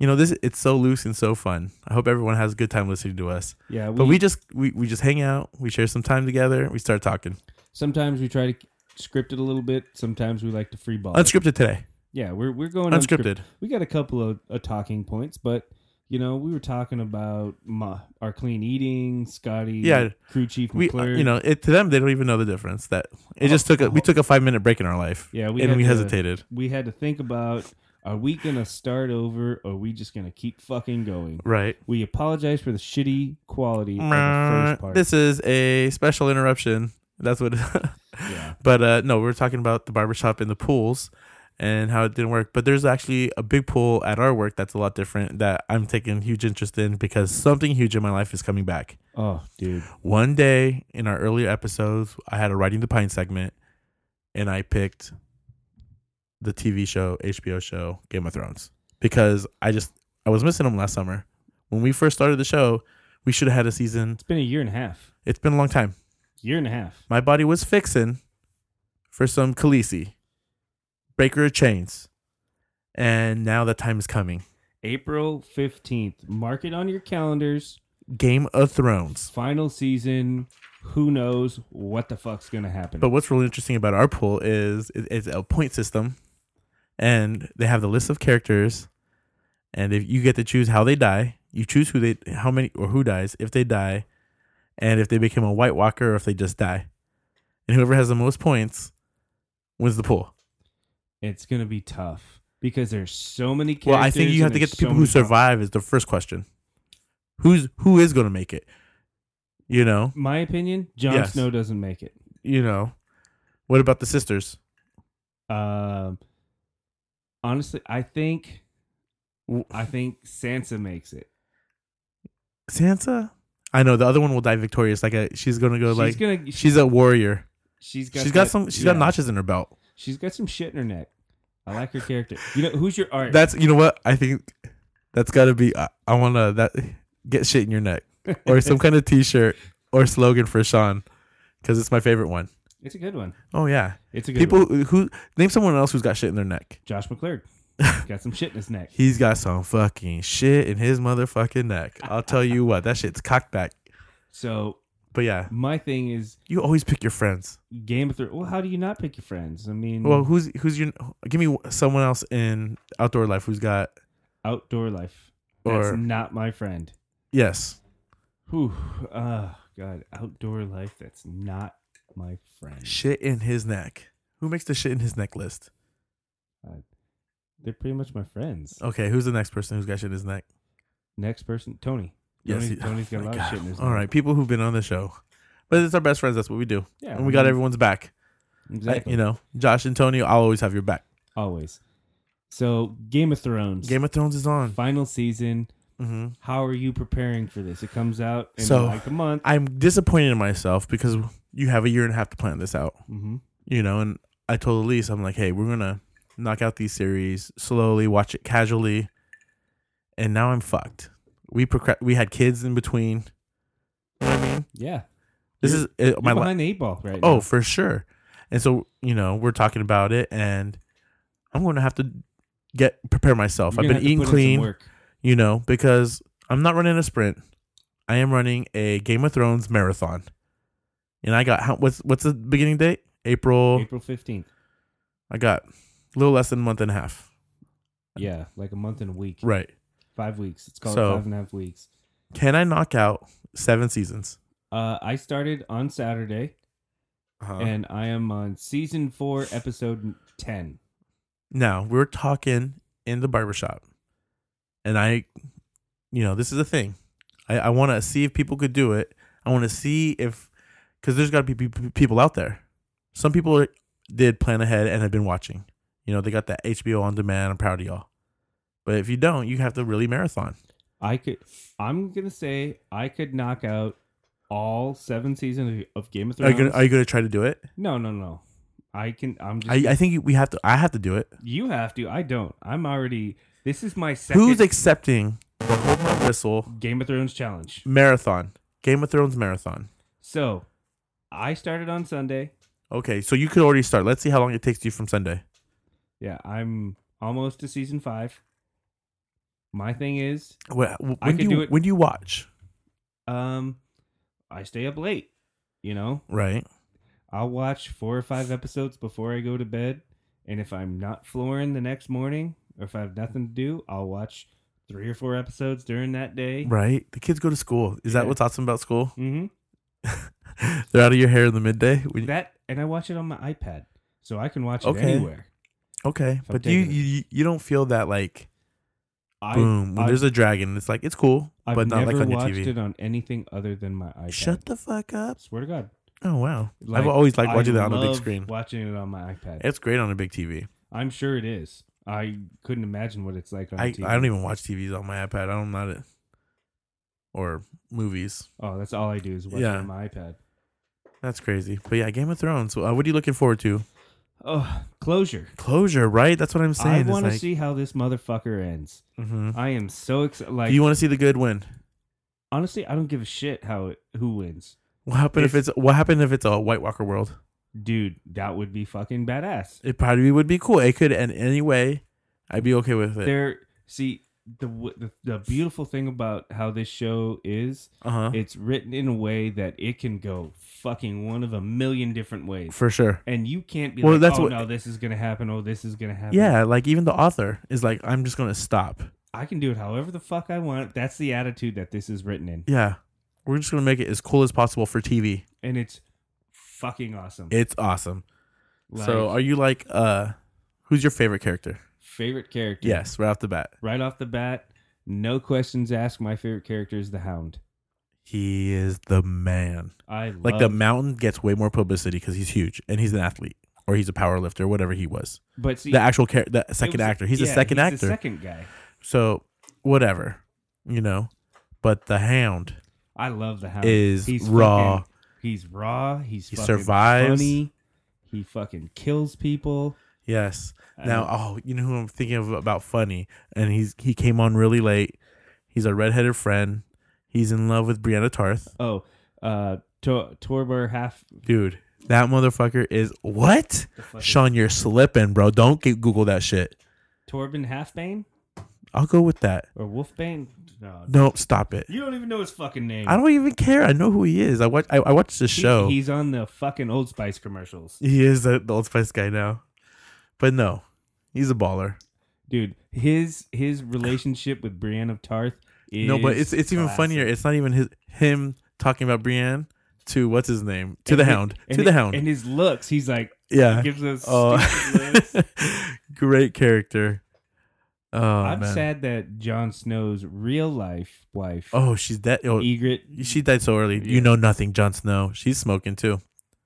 S1: You know this. It's so loose and so fun. I hope everyone has a good time listening to us.
S3: Yeah,
S1: But we just we, we just hang out. We share some time together. We start talking.
S3: sometimes we try to script it a little bit. Sometimes we like to free ball. it.
S1: Unscripted today.
S3: yeah, we're we're going unscripted.
S1: Unscripted.
S3: We got a couple of uh, talking points, but. You know, we were talking about ma- our clean eating, Scotty,
S1: Yeah.
S3: crew chief
S1: we uh,
S3: McClure.
S1: you know it to them they don't even know the difference that it just took a we took a five minute break in our life
S3: Yeah, we
S1: and
S3: had
S1: we
S3: to-
S1: hesitated
S3: we had to think about are we gonna start over or are we just gonna keep fucking going
S1: right
S3: we apologize for the shitty quality of the first part
S1: this is a special interruption that's what [laughs]
S3: yeah
S1: but uh no we were talking about the barbershop and the pools and how it didn't work but there's actually a big pool at our work that's a lot different that i'm taking huge interest in because something huge in my life is coming back
S3: oh dude
S1: one day in our earlier episodes, I had a writing the pine segment, and I picked the TV show HBO show Game of Thrones because I just I was missing them last summer when we first started the show. We should have had a season.
S3: it's been a year and a half
S1: It's been a long time.
S3: year and a half
S1: My body was fixing for some Khaleesi, Breaker of Chains, and now that time is coming.
S2: April 15th. Mark it on your calendars.
S1: Game of Thrones.
S2: Final season. Who knows what the fuck's going to happen?
S1: But what's really interesting about our pool is it- it's a point system, and they have the list of characters, and if you get to choose how they die, you choose who they, how many or who dies, if they die, and if they become a White Walker or if they just die, and whoever has the most points wins the pool.
S2: it's going to be tough because there's so many characters.
S1: Well, I think you have
S2: and
S1: to get
S2: there's
S1: the
S2: so
S1: people who
S2: many problems.
S1: survive is the first question. Who's who is going to make it? You know,
S2: My opinion, Jon
S1: Yes.
S2: Snow doesn't make it.
S1: you know. What about the sisters?
S2: Um, honestly, I think I think Sansa makes it.
S1: Sansa? I know the other one will die victorious. Like a, she's gonna go
S2: she's
S1: like
S2: gonna.
S1: she's a warrior.
S2: she's got.
S1: She's got
S2: that-
S1: some. She's got
S2: yeah.
S1: notches in her belt.
S2: She's got some shit in her neck. I like her character. You know who's your art?
S1: That's you know what I think. That's gotta be. I, I wanna that get shit in your neck
S2: [laughs]
S1: or some kind of T-shirt or slogan for Sean because it's my favorite one.
S2: it's a good one.
S1: Oh yeah,
S2: It's a good
S1: people
S2: one.
S1: who, name someone else who's got shit in their neck. [laughs]
S2: Josh McClurg got some shit in his neck.
S1: He's got some fucking shit in his motherfucking neck. I'll tell you what, that shit's cocked back.
S2: So
S1: But yeah,
S2: my thing is
S1: you always pick your friends.
S2: Game of Thrones. Well, how do you not pick your friends? I mean,
S1: Well, who's who's your? Give me someone else in outdoor life who's got
S2: outdoor life. That's
S1: or
S2: not my friend.
S1: yes,
S2: Whew. Oh, God. Outdoor life. That's not my friend.
S1: shit in his neck. Who makes the shit in his neck list?
S2: They're pretty much my friends.
S1: Okay, who's the next person who's got shit in his neck?
S2: Next person, Tony.
S1: Yes,
S2: Tony,
S1: he- [laughs]
S2: Tony's got a
S1: My
S2: lot of
S1: God.
S2: shit in his
S1: All right, people who've been on the show, but it's our best friends. That's what we do,
S2: Yeah.
S1: and we got everyone's back.
S2: Exactly.
S1: you know, Josh and Tony, I'll always have your back.
S2: Always. So, Game of Thrones.
S1: Game of Thrones is on.
S2: Final season.
S1: hmm
S2: How are you preparing for this? It comes out in
S1: So-
S2: like a month.
S1: I'm disappointed in myself because you have a year and a half to plan this out.
S2: hmm
S1: you know, and I told Elise, I'm like, hey, we're gonna knock out these series slowly, watch it casually, and now I'm fucked. We procra- we had kids in between. You know what I mean?
S2: Yeah.
S1: This
S2: You're-
S1: is uh,
S2: You're
S1: my la-
S2: behind the eight ball right now.
S1: oh for sure, and so you know we're talking about it, and I'm gonna have to get prepare myself.
S2: You're gonna
S1: I've
S2: have
S1: been
S2: to
S1: eating
S2: put in some
S1: clean,
S2: work.
S1: you know, because I'm not running a sprint. I am running a Game of Thrones marathon, and I got how, what's what's the beginning date? April
S2: April 15th.
S1: I got a little less than a month and a half.
S2: Yeah. Like a month and a week.
S1: Right.
S2: Five weeks. It's called
S1: So-
S2: five and a half weeks.
S1: Can I knock out seven seasons?
S2: Uh, I started on Saturday,
S1: Uh-huh.
S2: and I am on season four, episode ten.
S1: Now, we were talking in the barbershop, and I, you know, this is a thing. I, I want to see if people could do it. I want to see if, because there's got to be pe- people out there. Some people are- did plan ahead and have been watching. You know, they got that HBO on demand. I'm proud of y'all. But if you don't, you have to really marathon.
S2: I could, I'm gonna say, I could knock out all seven seasons of of Game
S1: Are
S2: of Thrones.
S1: you gonna, are you gonna try to do it?
S2: no, no, no. I can. I'm just.
S1: I, I think we have to. I have to do it.
S2: you have to. I don't. I'm already. This is my second
S1: Who's accepting the hold my whistle
S2: Game of Thrones challenge.
S1: marathon? Game of Thrones marathon.
S2: So, I started on Sunday.
S1: Okay, so you could already start. Let's see how long it takes you from Sunday.
S2: Yeah, I'm almost to season five. My thing is,
S1: Wh- wh- When,
S2: I
S1: do
S2: could
S1: you,
S2: do it-
S1: when do you watch?
S2: um, I stay up late. You know,
S1: Right.
S2: I'll watch four or five episodes before I go to bed. And if I'm not flooring the next morning, or if I have nothing to do, I'll watch three or four episodes during that day.
S1: Right. The kids go to school. Is that
S2: Yeah.
S1: what's awesome about school? [laughs]
S2: hmm
S1: They're out of your hair in the midday. When you-
S2: That and I watch it on my iPad, so I can watch it
S1: Okay.
S2: anywhere.
S1: okay,
S2: I'm
S1: but do you,
S2: taking it.
S1: you you don't feel that like
S2: I,
S1: boom when
S2: I,
S1: there's a dragon. It's like it's cool,
S2: I've
S1: but not
S2: never
S1: like on your
S2: watched
S1: TV.
S2: it on anything other than my iPad.
S1: Shut the fuck up!
S2: Swear to God,
S1: Oh wow,
S2: Like,
S1: I've always liked
S2: I
S1: watching that on a big
S2: love
S1: screen.
S2: Watching it on my iPad,
S1: It's great on a big TV.
S2: I'm sure it is. I couldn't imagine what it's like on
S1: I,
S2: TV.
S1: I don't even watch TVs on my iPad. I don't not it or movies.
S2: Oh, that's all I do is watch
S1: Yeah.
S2: it on my iPad.
S1: That's crazy. But yeah, Game of Thrones. Uh, what are you looking forward to?
S2: Oh, closure.
S1: Closure, right? That's what I'm saying.
S2: I
S1: It's
S2: want to
S1: like-
S2: see how this motherfucker ends.
S1: Mhm.
S2: I am so excited. Like,
S1: Do you want to see the good win?
S2: honestly, I don't give a shit how it, who wins,
S1: What happened if,
S2: If-
S1: it's what happened if it's a White Walker world?
S2: dude. That would be fucking badass.
S1: It probably would be cool. It could end any way. I'd be okay with it.
S2: There, see, the, w- the the beautiful thing about how this show is,
S1: Uh huh.
S2: it's written in a way that it can go fucking one of a million different ways,
S1: For sure.
S2: and you can't be
S1: Well,
S2: like,
S1: that's
S2: oh
S1: what-
S2: no, this is gonna happen, oh this is gonna happen.
S1: Yeah, like even the author is like, I'm just gonna stop.
S2: I can do it however the fuck I want. That's the attitude that this is written in,
S1: Yeah, we're just gonna make it as cool as possible for TV.
S2: and it's fucking awesome.
S1: It's awesome.
S2: Like,
S1: so, are you like, uh, who's your favorite character?
S2: favorite character?
S1: Yes, right off the bat,
S2: right off the bat, no questions asked. My favorite character is the Hound.
S1: he is the man.
S2: I
S1: Like
S2: love,
S1: the mountain gets way more publicity because he's huge and he's an athlete or he's a power lifter, whatever he was.
S2: but see,
S1: the actual character, the
S2: it
S1: second
S2: was-
S1: actor, he's
S2: yeah,
S1: a second
S2: he's
S1: actor.
S2: the second guy.
S1: so, whatever, you know. But the Hound
S2: I love the Hound.
S1: is
S2: he's
S1: raw.
S2: fucking- he's raw. He's
S1: He
S2: fucking
S1: survives.
S2: Funny. He fucking kills people.
S1: yes.
S2: I
S1: Now,
S2: mean,
S1: oh, you know who I'm thinking of about funny, and he's he came on really late. He's a redheaded friend. He's in love with Brianna Tarth,
S2: oh, uh, Tor- Torber half.
S1: dude. That motherfucker is what?
S2: The fucking,
S1: Sean, you're slipping, bro. Don't get Google that shit.
S2: Torben Halfbane
S1: I'll go with that.
S2: or Wolfbane? No,
S1: No, stop it.
S2: you don't even know his fucking name.
S1: I don't even care. I know who he is. I watch. I, I watched this
S2: He-
S1: show. He,
S2: he's on the fucking Old Spice commercials,
S1: is the, the Old Spice guy now, but no, he's a baller.
S2: dude. His his relationship with Brienne of Tarth. Is
S1: no, but it's it's even
S2: classic.
S1: funnier. It's not even his him talking about Brienne to what's his name to the
S2: And hi-
S1: hound
S2: and
S1: to
S2: hi-
S1: the hound.
S2: And his looks, he's like,
S1: yeah,
S2: gives us. stupid
S1: [laughs] Oh,
S2: looks.
S1: [laughs] great character. Oh
S2: I'm
S1: man.
S2: sad that Jon Snow's real life wife,
S1: Oh, she's dead. Oh,
S2: Egret.
S1: she died so early.
S2: Yeah.
S1: You know nothing, Jon Snow. She's smoking too.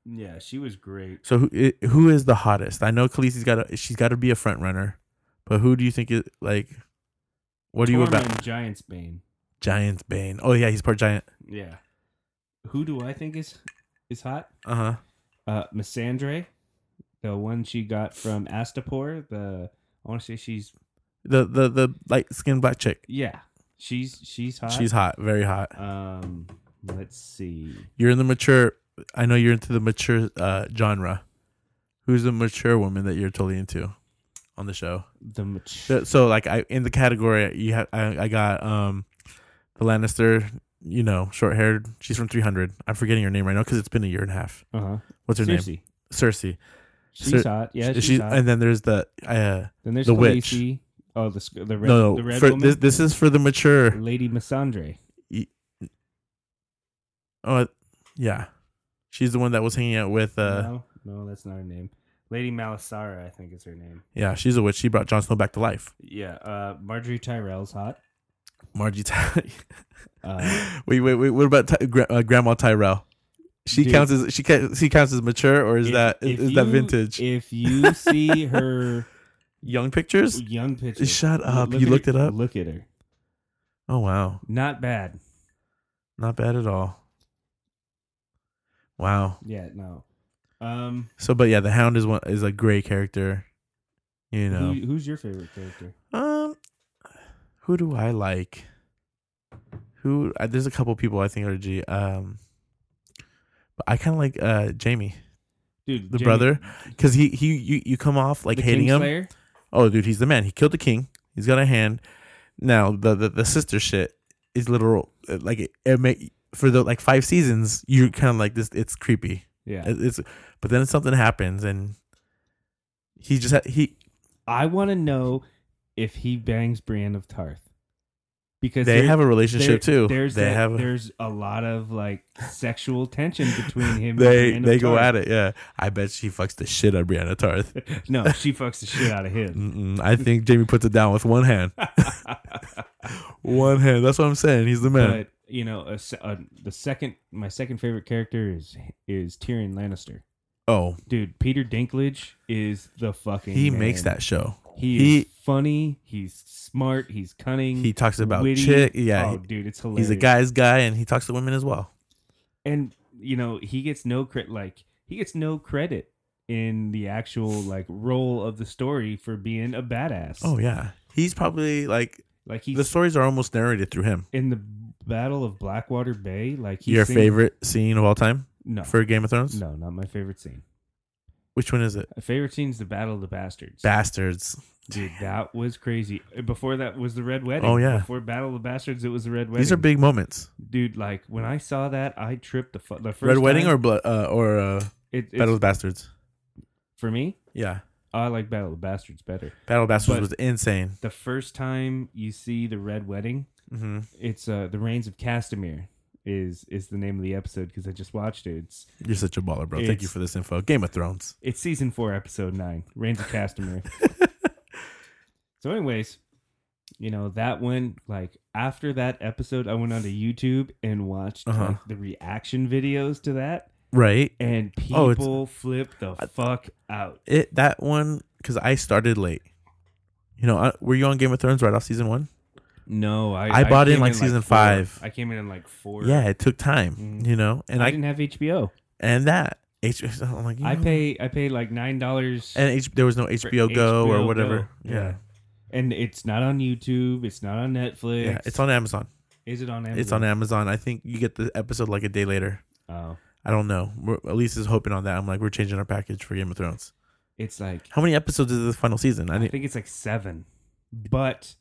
S2: Yeah, she was great.
S1: So who i- who is the hottest? I know Khaleesi's got to. She's got to be a front runner. But who do you think is like? What are you about?
S2: Giant's Bane.
S1: Giant's Bane. Oh yeah, he's part giant.
S2: Yeah. Who do I think is is hot?
S1: Uh huh.
S2: Uh, Missandre, the one she got from Astapor. The I want to say she's
S1: The the the light skinned black chick.
S2: yeah, she's she's hot.
S1: She's hot. Very hot.
S2: Um, let's see.
S1: You're in the mature. I know you're into the mature uh, genre. Who's the mature woman that you're totally into on the show?
S2: The mat-
S1: So, so, like I in the category you have I, I got um the Lannister, you know, short haired. She's from 300. I'm forgetting her name right now because it's been a year and a half.
S2: uh huh.
S1: What's her name?
S2: Cersei.
S1: Cersei.
S2: She's
S1: Cer-
S2: hot. Yeah,
S1: She-
S2: she's,
S1: she-
S2: hot.
S1: and then there's the uh
S2: Then there's
S1: The
S2: the
S1: witch.
S2: Khaleesi. Oh, the sc- the red,
S1: no,
S2: the
S1: no
S2: red
S1: for,
S2: woman,
S1: this this is for the mature.
S2: Lady Missandre.
S1: Oh yeah, she's the one that was hanging out with uh
S2: no, no, that's not her name. Lady Malasara, I think is her name.
S1: yeah she's a witch. She brought Jon Snow back to life.
S2: Yeah, uh, Marjorie Tyrell's hot.
S1: Margie.
S2: [laughs]
S1: Ty-
S2: Uh,
S1: wait wait wait. What about Ty- Gra- uh, Grandma Tyrell? She
S2: Dude.
S1: counts as she ca- she counts as mature or [laughs] is
S2: if-
S1: that is,
S2: if
S1: is that
S2: you-
S1: vintage?
S2: If you
S1: [laughs]
S2: see her
S1: Young pictures.
S2: young picture,
S1: Shut
S2: look
S1: up.
S2: at
S1: You
S2: her-
S1: looked it up?
S2: Look at her.
S1: Oh wow,
S2: Not bad.
S1: not bad at all. Wow.
S2: Yeah, no. Um,
S1: So, but yeah, the Hound is one is a great character. You know,
S2: who, who's your favorite character?
S1: um, who do I like? Who I, there's a couple people I think are G. Um, but I kind of like uh Jamie
S2: Dude,
S1: The
S2: Jaime-
S1: brother? because he he you you come off like
S2: the
S1: hating him.
S2: Kingslayer?
S1: Oh, dude, he's the man. He killed the king. He's got a hand. Now the the, the sister shit is literal. Uh, Like it, it may, for the like five seasons, you're kind of like this. It's creepy.
S2: Yeah,
S1: It- It's but then something happens and he just ha- he
S2: I want to know if he bangs Brienne of Tarth because
S1: they
S2: there-
S1: have a relationship
S2: There-
S1: too.
S2: There's
S1: they
S2: that-
S1: have a,
S2: there's a lot of like sexual tension between him.
S1: they
S2: and
S1: they go at it. Yeah, I bet she fucks the shit out of Brianna Tarth.
S2: [laughs] it. No, she fucks the shit out of him. [laughs]
S1: Mm-mm, I think Jamie puts it down with one hand. one hand. That's what I'm saying. He's the [laughs] man.
S2: but you know, a se- a- the second my second favorite character is is Tyrion Lannister.
S1: oh,
S2: Dude, Peter Dinklage is the fucking.
S1: he makes
S2: man.
S1: that show.
S2: He,
S1: he-
S2: is funny. He's smart. He's cunning.
S1: He talks about
S2: witty.
S1: chick. Yeah,
S2: Oh,
S1: he-
S2: dude, it's hilarious.
S1: he's a guy's guy, and he talks to women as well.
S2: and you know he gets no credit like he gets no credit in the actual like role of the story for being a badass
S1: Oh yeah, he's probably like
S2: like
S1: the
S2: he's
S1: stories are almost narrated through him.
S2: in the battle of blackwater bay like he
S1: Your
S2: sing-
S1: favorite scene of all time
S2: no
S1: for Game of Thrones?
S2: no not my favorite scene
S1: Which one is it?
S2: my favorite scene is the battle of the bastards
S1: Bastards.
S2: Dude, that was crazy. Uh, Before that was the Red Wedding.
S1: Oh, yeah.
S2: Before Battle of the Bastards, it was the Red Wedding.
S1: These are big moments.
S2: dude. Like when I saw that, I tripped the, fu- the first
S1: Red Wedding
S2: time,
S1: or Blood uh, or uh,
S2: it, it's-
S1: Battle of the Bastards.
S2: for me.
S1: Yeah,
S2: I like Battle of the Bastards better.
S1: Battle of the Bastards
S2: But-
S1: was insane.
S2: The first time you see the Red Wedding,
S1: Mm-hmm.
S2: it's uh the Reigns of Castamere is is the name of the episode because I just watched it. It's
S1: You're such a baller, bro. Thank you
S2: It's-
S1: for this info. Game of Thrones.
S2: It's season four, episode nine, Reigns
S1: [laughs]
S2: of Castamere. so, anyways, you know that one. Like after that episode, I went onto YouTube and watched
S1: Uh-huh.
S2: like, the reaction videos to that,
S1: Right.
S2: and
S1: Oh, it's-
S2: people flip the
S1: I-
S2: fuck out.
S1: It that one because I started late. You know, I, were you on Game of Thrones right off season one?
S2: No, I
S1: I bought in,
S2: came
S1: like, season
S2: four.
S1: five.
S2: I came in in like four.
S1: Yeah, it took time.
S2: Mhm.
S1: You know, and
S2: I,
S1: I,
S2: didn't have HBO.
S1: and that H. [laughs] I'm like, you
S2: I
S1: know,
S2: pay I pay like nine dollars.
S1: and H, there was no HBO, Go or whatever. Yeah.
S2: and it's not on YouTube. It's not on Netflix.
S1: yeah, It's on Amazon.
S2: Is it on Amazon?
S1: It's on Amazon. I think you get the episode like a day later.
S2: Oh,
S1: I don't know. We're, Elise is hoping on that. I'm like, we're changing our package for Game of Thrones.
S2: it's like
S1: How many episodes is this final season? I
S2: I
S1: didn't.
S2: think it's like seven, but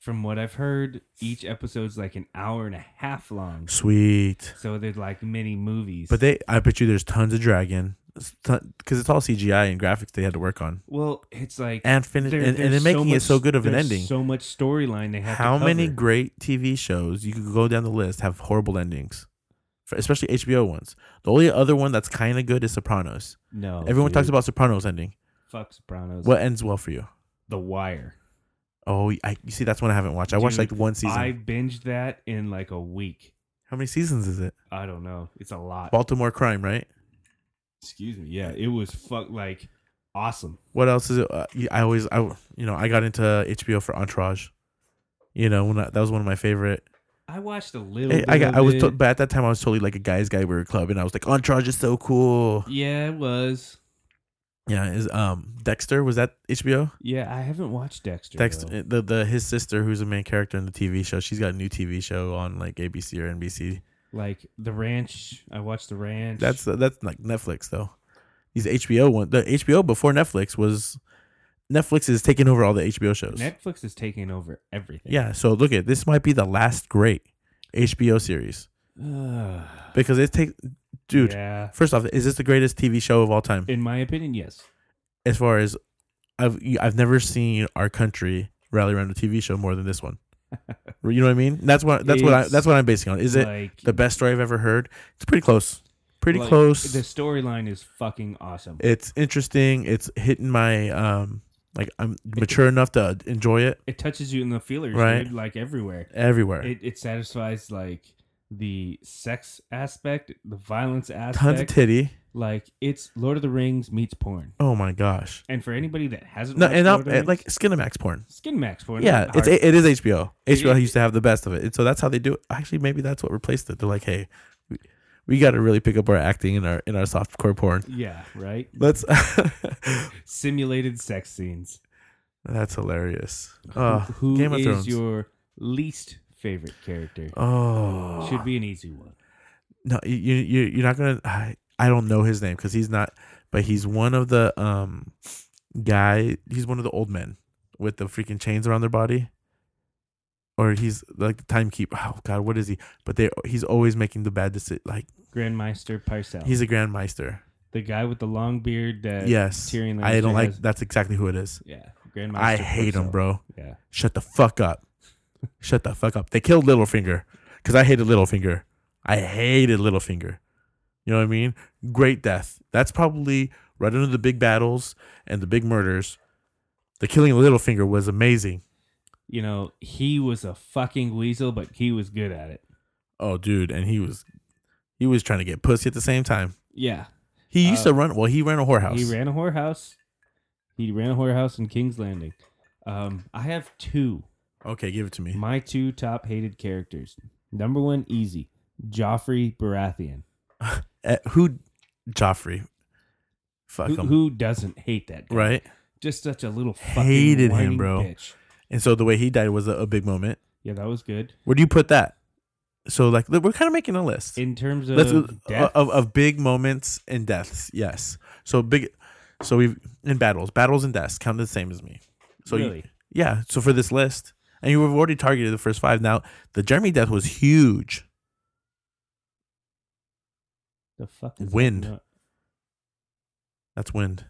S2: from what I've heard, each episode's like an hour and a half long.
S1: Sweet.
S2: So they're like mini movies.
S1: But they, I bet you, there's tons of dragon because it's all CGI and graphics they had to work on
S2: well, it's like
S1: and finish
S2: there-
S1: and, and then
S2: there's
S1: making
S2: much-
S1: it so good of an
S2: there's
S1: ending.
S2: So much storyline they have. to
S1: How many
S2: cover.
S1: great TV shows you could go down the list have horrible endings, For- especially HBO ones. The only other one that's kind of good is Sopranos.
S2: No,
S1: Everyone talks
S2: dude.
S1: about Sopranos ending.
S2: fuck Sopranos.
S1: What ends well for you?
S2: The Wire.
S1: Oh, I, you see, that's one I haven't watched. I watched
S2: Dude,
S1: like one season.
S2: I binged that in like a week.
S1: How many seasons is it?
S2: I don't know. It's a lot.
S1: Baltimore Crime, right?
S2: Excuse me. Yeah, it was fuck like awesome.
S1: What else is it? Uh, you- I always, I you know, I got into HBO for Entourage. You know, when I, that was one of my favorite.
S2: I watched a little.
S1: I,
S2: bit
S1: I got,
S2: of
S1: I was,
S2: it.
S1: to, but at that time I was totally like a guys guy we were club, and I was like, Entourage is so cool.
S2: yeah, it was.
S1: Yeah, is um Dexter was that HBO?
S2: Yeah, I haven't watched Dexter.
S1: Dexter, eh,
S2: though.
S1: the the his sister who's a main character in the TV show. She's got a new TV show on like ABC or NBC.
S2: like the ranch. I watched the ranch.
S1: That's uh, that's like Netflix though. These HBO one the HBO before Netflix was Netflix is taking over all the HBO shows.
S2: Netflix is taking over everything.
S1: yeah, so look at this might be the last great HBO series
S2: Ugh.
S1: because it takes dude.
S2: Yeah.
S1: First off, is this the greatest TV show of all time?
S2: In my opinion, yes.
S1: As far as I've I've never seen our country rally around a TV show more than this
S2: [laughs]
S1: one. you know what I mean? That's what that's what I,
S2: It's
S1: that's what I'm basing on. Is it
S2: like
S1: the best story I've ever heard? It's pretty close. Pretty
S2: like,
S1: close.
S2: The storyline is fucking awesome. It,
S1: it's interesting. It's hitting my um like I'm mature enough to enjoy it
S2: touches you in the feelers,
S1: Right.
S2: dude, like everywhere.
S1: everywhere.
S2: It it satisfies like the sex aspect, the violence
S1: Tons of
S2: aspect.
S1: titty.
S2: like it's Lord of the Rings meets porn.
S1: Oh my gosh.
S2: And for anybody that hasn't
S1: No,
S2: watched
S1: and
S2: Lord
S1: I'm,
S2: of the Rings,
S1: like Skinamax porn.
S2: Skin Max porn.
S1: Yeah,
S2: not
S1: it's
S2: hard.
S1: it it is HBO.
S2: It-
S1: HBO
S2: it-
S1: used to have the best of it, and so that's how they do it. Actually, maybe that's what replaced it. They're like, hey, we, we got to really pick up our acting in our in our softcore porn.
S2: yeah, right?
S1: Let's. [laughs]
S2: Simulated sex scenes.
S1: that's hilarious.
S2: Who-
S1: Oh,
S2: Who is
S1: Game of Thrones.
S2: your least favorite character?
S1: oh,
S2: Should be an easy one.
S1: no, you you you're not gonna. I, I don't know his name because he's not, but he's one of the um guy. He's one of the old men with the freaking chains around their body, or he's like the timekeeper. Oh God, what is he? But they he's always making the bad decision. Like
S2: Grandmeister Parcell.
S1: he's a grandmeister.
S2: the guy with the long beard that
S1: yes,
S2: Uh, Tyrion Lannister
S1: I don't like.
S2: has.
S1: That's exactly who it is.
S2: Yeah. Grandmeister
S1: I hate him,
S2: Parcell.
S1: bro.
S2: Yeah.
S1: Shut the fuck
S2: [laughs]
S1: up. Shut the fuck up. They killed Littlefinger because I hated Littlefinger. I hated Littlefinger. You know what I mean? Great death. That's probably right under the big battles and the big murders. The killing of Littlefinger was amazing.
S2: You know, he was a fucking weasel, but he was good at it.
S1: Oh, dude, and he was he was trying to get pussy at the same time.
S2: Yeah.
S1: He used
S2: Uh,
S1: to run. Well, he ran a whorehouse.
S2: He ran a whorehouse. He ran a whorehouse in King's Landing. Um, I have two.
S1: okay, give it to me.
S2: My two top hated characters. Number one, easy. Joffrey Baratheon.
S1: Eh, who? Joffrey. Fuck
S2: Who,
S1: him.
S2: who doesn't hate that guy?
S1: right.
S2: Just such a little fucking
S1: Hated him,
S2: whining
S1: bro.
S2: bitch.
S1: And so the way he died was a, a big moment.
S2: Yeah, that was good.
S1: Where do you put that? So like look, we're kind of making a list.
S2: In terms of
S1: Let's uh,
S2: death,
S1: of of big moments and deaths. Yes. So big. So we've in battles, battles and deaths count the same as me. So you-
S2: really,
S1: yeah, so for this list, and you have already targeted the first five. Now the Jeremy death was huge.
S2: the fuck is
S1: Wind.
S2: going on?
S1: That's wind.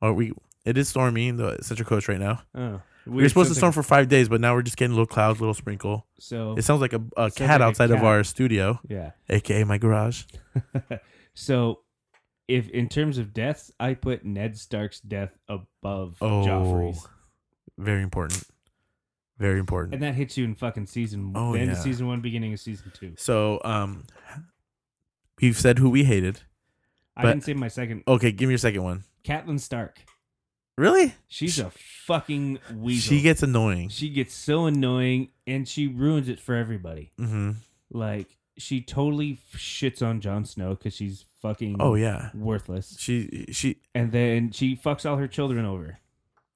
S1: Or we it is stormy in the Central Coast right now.
S2: Oh,
S1: We were supposed to storm for five days, but now we're just getting little clouds, little sprinkle.
S2: so
S1: It sounds like a, a
S2: Oh. Sounds
S1: cat
S2: like a
S1: outside of
S2: cat.
S1: our studio,
S2: yeah.
S1: aka my garage.
S2: so if in terms of deaths, I put Ned Stark's death above
S1: Oh.
S2: Joffrey's,
S1: Very important. Very important.
S2: and that hits you in fucking season
S1: Oh,
S2: the end of
S1: yeah.
S2: season one, beginning of season two.
S1: so um, we've said who we hated.
S2: I
S1: But-
S2: didn't say my second.
S1: Okay, give me your second one.
S2: Catelyn Stark.
S1: Really?
S2: She's a fucking weasel.
S1: She gets annoying.
S2: she gets so annoying, and she ruins it for everybody.
S1: hmm
S2: Like she totally shits on Jon Snow because she's fucking
S1: Oh yeah.
S2: worthless,
S1: She she.
S2: and then she fucks all her children over.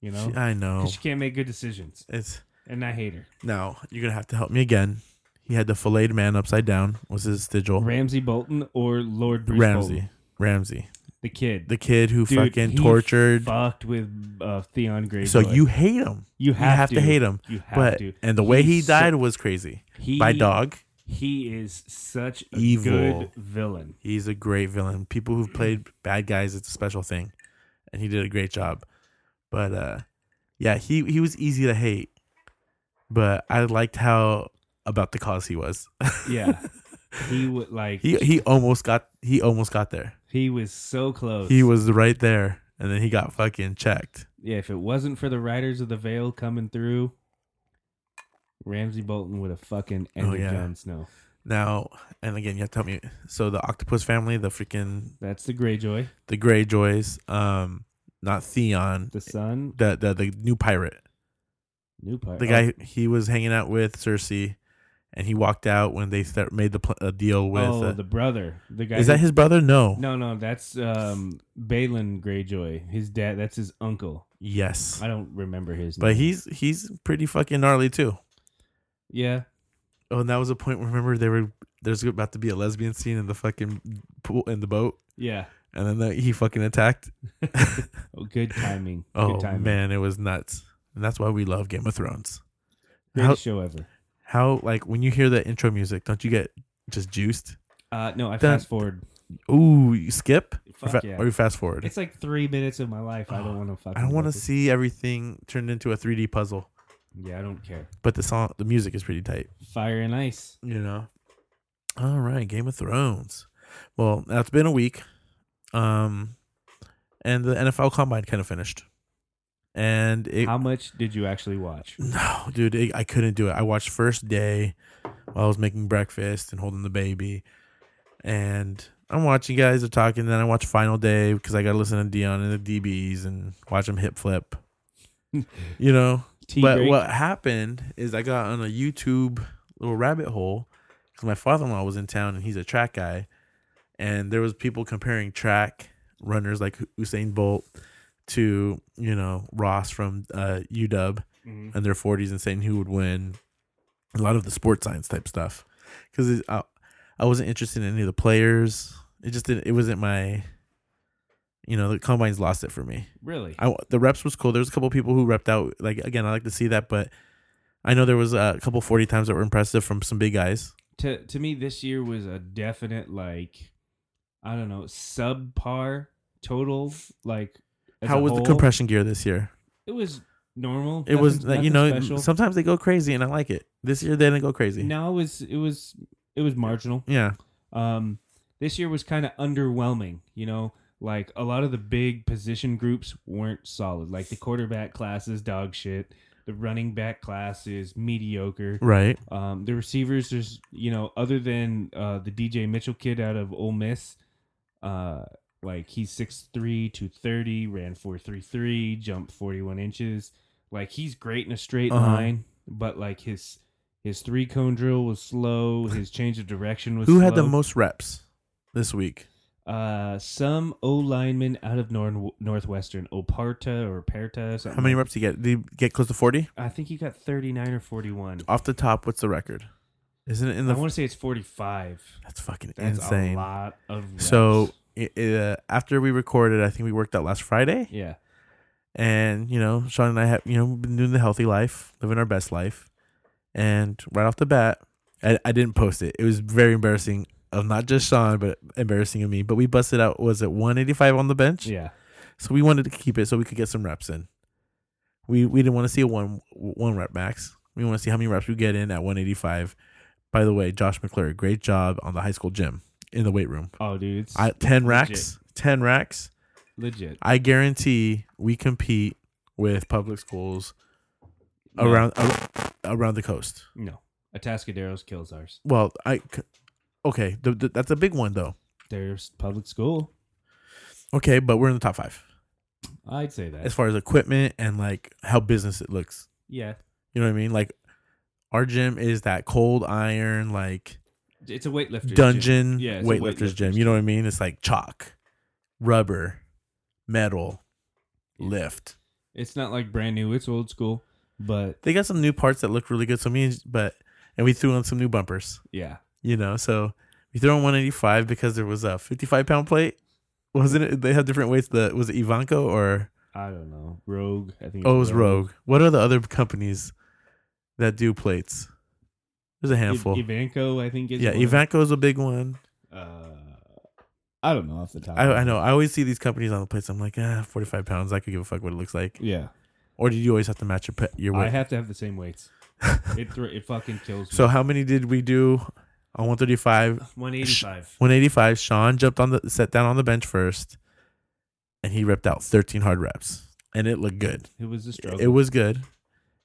S2: You know,
S1: she I know.
S2: 'Cause she can't make good decisions,
S1: It's
S2: and I hate her.
S1: now you're gonna have to help me again. He had the filleted man upside down. Was his sigil?
S2: Ramsey Bolton or Lord Bruce
S1: Ramsey.
S2: Bolton,
S1: Ramsey.
S2: the kid,
S1: The kid who
S2: Dude,
S1: fucking
S2: he
S1: tortured.
S2: fucked with uh, Theon Greyjoy.
S1: so you hate him.
S2: you
S1: You have, to. hate him.
S2: You have
S1: But
S2: to.
S1: and the way he
S2: He's so-
S1: died was crazy.
S2: He,
S1: By dog.
S2: He is such a
S1: Evil.
S2: good villain.
S1: He's a great villain. People who've played bad guys, it's a special thing. And he did a great job. But uh yeah, he he was easy to hate. But I liked how about the cause he was.
S2: Yeah, he would like
S1: he he almost got he almost got there.
S2: He was so close.
S1: He was right there and then he got fucking checked.
S2: Yeah, if it wasn't for the Riders of the Veil coming through, Ramsey Bolton would have fucking ended
S1: Oh, yeah.
S2: Jon Snow.
S1: Now, and again, you have to help me. So the octopus family, the freaking
S2: That's the Greyjoy,
S1: the Greyjoys, um not Theon,
S2: the son,
S1: the the, the new pirate.
S2: new pirate.
S1: the guy he was hanging out with Cersei, and he walked out when they th- made the pl- a deal
S2: oh,
S1: with.
S2: oh,
S1: uh,
S2: the brother, the guy.
S1: is that
S2: who-
S1: his brother? No.
S2: No, no, that's um Balin Greyjoy. His dad. That's his uncle.
S1: Yes,
S2: I don't remember his name.
S1: but he's he's pretty fucking gnarly too.
S2: yeah,
S1: Oh, and that was a point. Remember, they were there's about to be a lesbian scene in the fucking pool in the boat,
S2: yeah.
S1: and then the, he fucking
S2: [laughs]
S1: attacked. [laughs]
S2: Oh, good timing.
S1: oh
S2: good timing.
S1: man, it was nuts, and that's why we love Game of Thrones.
S2: greatest
S1: How
S2: show ever.
S1: how like when you hear the intro music, don't you get just juiced?
S2: Uh, no, I
S1: Dun-
S2: fast forward.
S1: Ooh, you skip or,
S2: Fuck
S1: fa-
S2: yeah.
S1: or you fast
S2: [laughs]
S1: forward.
S2: It's like three minutes of my life. I don't
S1: Oh,
S2: want to fucking.
S1: I don't want to
S2: watch it.
S1: see everything turned into a 3D puzzle,
S2: Yeah, I don't care.
S1: but the song, the music is pretty tight.
S2: Fire and ice.
S1: You know. All right, Game of Thrones. Well, that's been a week, um, and the NFL Combine kind of finished, and it.
S2: How much did you
S1: [laughs]
S2: actually watch?
S1: no, dude, it, I couldn't do it. I watched first day while I was making breakfast and holding the baby, and I'm watching guys are talking. Then I watch final day because I got to listen to Dion and the DBs and watch them hip [laughs] flip. you know,
S2: Tea
S1: but
S2: break?
S1: what happened is I got on a YouTube little rabbit hole because my father in law was in town and he's a track guy, and there was people comparing track runners like Usain Bolt to you know Ross from uh, UW
S2: Mhm.
S1: and their forties and saying who would win, a lot of the sports science type stuff because I, I wasn't interested in any of the players. It just didn't. It wasn't my. You know the combines lost it for me.
S2: Really?
S1: I the reps was cool. There was a couple people who repped out. Like again, I like to see that, but I know there was uh, a couple forty times that were impressive from some big guys.
S2: to to me, this year was a definite like, I don't know, subpar total. Like, as
S1: How
S2: a
S1: was
S2: whole.
S1: the compression gear this year?
S2: It was normal.
S1: It was
S2: nothing-
S1: you know
S2: nothing special.
S1: sometimes they go crazy and I like it. This year they didn't go crazy.
S2: no, it was it was it was marginal.
S1: Yeah,
S2: Um, this year was kind of underwhelming. You know, like a lot of the big position groups weren't solid. Like the quarterback class is dog shit. The running back class is mediocre.
S1: right.
S2: Um, the receivers, there's you know, other than uh, the DJ Mitchell kid out of Ole Miss, uh, like he's 6'3", 230, ran four three three, jumped forty one inches. Like he's great in a straight
S1: Uh-huh.
S2: line, but like his his three cone drill was slow. His change of direction was
S1: Who had the
S2: slow.
S1: most reps this week?
S2: Uh, some O lineman out of Norn- Northwestern, Oparta or Perta. Something
S1: How many
S2: like-
S1: reps did you get? Did you get close to forty?
S2: I think he got thirty nine or forty one.
S1: Off the top, what's the record? Isn't it in
S2: I
S1: the?
S2: want to say it's forty five.
S1: that's fucking
S2: That's
S1: insane.
S2: a lot of reps.
S1: So i i- uh, after we recorded, I think we worked out last Friday.
S2: yeah,
S1: And you know, Sean and I have you know been doing the healthy life, living our best life. And right off the bat, I, I didn't post it. It was very embarrassing of not just Sean, but embarrassing of me. But we busted out was it 185 on the bench.
S2: Yeah.
S1: So we wanted to keep it so we could get some reps in. We we didn't want to see a one one rep max. We want to see how many reps we get in at 185. By the way, Josh McClure, great job on the high school gym in the weight room.
S2: Oh, dude, it's
S1: I, 10 racks, 10 racks.
S2: legit.
S1: I guarantee we compete with public schools
S2: No,
S1: around ar- around the coast.
S2: No, Atascaderos kills ours.
S1: Well, I c- okay, th- th- that's a big one though.
S2: There's public school.
S1: Okay, but we're in the top 5
S2: I'd say that.
S1: as far as equipment and like how business it looks.
S2: yeah,
S1: You know what I mean? Like our gym is that cold iron like
S2: it's a weightlifter gym.
S1: dungeon
S2: Yeah, it's a
S1: weightlifters
S2: weightlifter's
S1: gym. You know what I mean? It's like chalk, rubber, metal, lift.
S2: It's not like brand new. It's old school. But
S1: They got some new parts that look really good. So me, and- but and we threw on some new bumpers.
S2: yeah,
S1: You know, so we threw on 185 because there was a 55 pound plate. Wasn't it? They have different weights. The was it Ivanko or
S2: I don't know. Rogue. I think.
S1: oh, it was Rogue. What are the other companies that do plates? There's a handful.
S2: I- Ivanko, I think. Is
S1: yeah,
S2: one.
S1: Ivanko's a big one.
S2: Uh, I don't know off the top.
S1: I, I know. I always see these companies on the plates. I'm like, ah, 45 pounds. I could give a fuck what it looks like.
S2: Yeah,
S1: Or did you always have to match your pe- your
S2: I
S1: weight?
S2: have to have the
S1: [laughs]
S2: same weights. It thr it fucking kills.
S1: so how many did we do on 135?
S2: one eighty five.
S1: 185. Sean jumped on the sat down on the bench first, and he ripped out 13 hard reps, and it looked good.
S2: It was a struggle.
S1: It was good.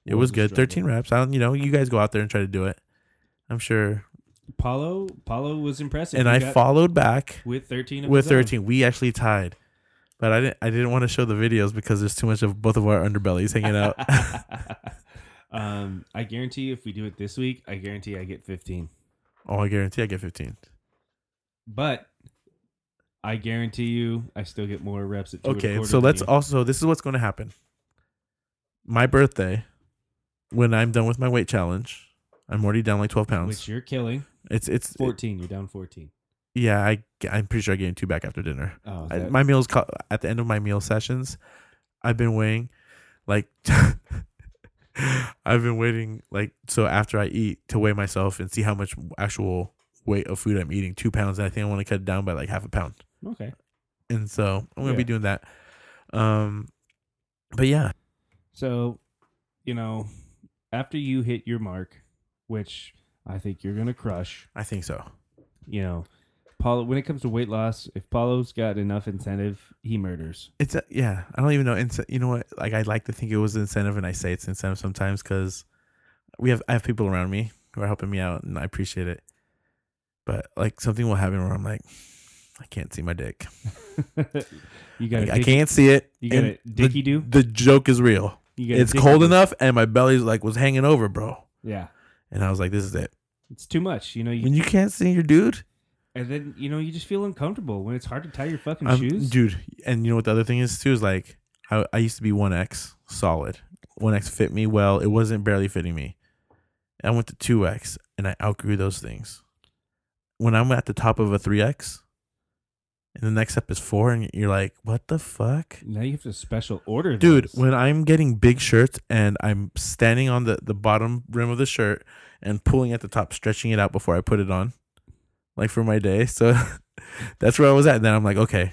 S1: It was
S2: was a
S1: good. 13
S2: struggle.
S1: reps. I don't. You know, you guys go out there and try to do it. I'm sure.
S2: Paulo. Paulo was impressive.
S1: And
S2: He
S1: I
S2: got-
S1: followed back
S2: with thirteen. Of
S1: with
S2: his own.
S1: 13. We actually tied. But I didn't. I didn't want to show the videos because there's too much of both of our underbellies hanging
S2: [laughs]
S1: out. [laughs]
S2: um, I guarantee if we do it this week, I guarantee I get 15.
S1: oh, I guarantee I get 15.
S2: But I guarantee you, I still get more reps at two and a
S1: Okay,
S2: quarter
S1: so
S2: than
S1: let's
S2: you.
S1: also this is what's going to happen. My birthday, when I'm done with my weight challenge, I'm already down like 12
S2: which
S1: pounds.
S2: you're killing.
S1: It's it's it-
S2: 14. You're down 14.
S1: yeah. I I'm pretty sure I gained two back after dinner.
S2: Oh,
S1: I,
S2: that-
S1: my meals co- at the end of my meal sessions, I've been weighing like [laughs] I've been waiting like so after I eat to weigh myself and see how much actual weight of food I'm eating two pounds and I think I want to cut it down by like half a pound.
S2: okay.
S1: and so I'm gonna
S2: Yeah.
S1: be doing that. Um, but yeah,
S2: So, you know, after you hit your mark, which I think you're going to crush,
S1: I think so.
S2: you know, Paulo, when it comes to weight loss, if Paulo's got enough incentive, he murders. [laughs]
S1: It's a, yeah. I don't even know. Ince- you know what? Like I like to think it was incentive, and I say it's incentive sometimes because we have I have people around me who are helping me out, and I appreciate it. But like something will happen where I'm like, I can't see my dick.
S2: you got
S1: Like,
S2: to
S1: I can't see it.
S2: You got
S1: and
S2: a dicky do?
S1: The, the joke is real.
S2: You gotta
S1: It's
S2: dicky
S1: cold
S2: do.
S1: enough, and my belly's like was hanging over, bro.
S2: Yeah.
S1: And I was like, this is it.
S2: It's too much. You know, you
S1: When you can't see your dude,
S2: And then you know you just feel uncomfortable when it's hard to tie your fucking
S1: Um,
S2: shoes.
S1: dude. And you know what the other thing is too is like I, I used to be one X solid. One X fit me well. It wasn't barely fitting me. I went to two X and I outgrew those things. When I'm at the top of a three X, and the next step is four, and you're like, what the fuck,
S2: now you have to special order,
S1: dude?
S2: those.
S1: When I'm getting big shirts and I'm standing on the the bottom rim of the shirt and pulling at the top, stretching it out before I put it on, like for my day. So. [laughs] That's where I was at. then I'm like, okay,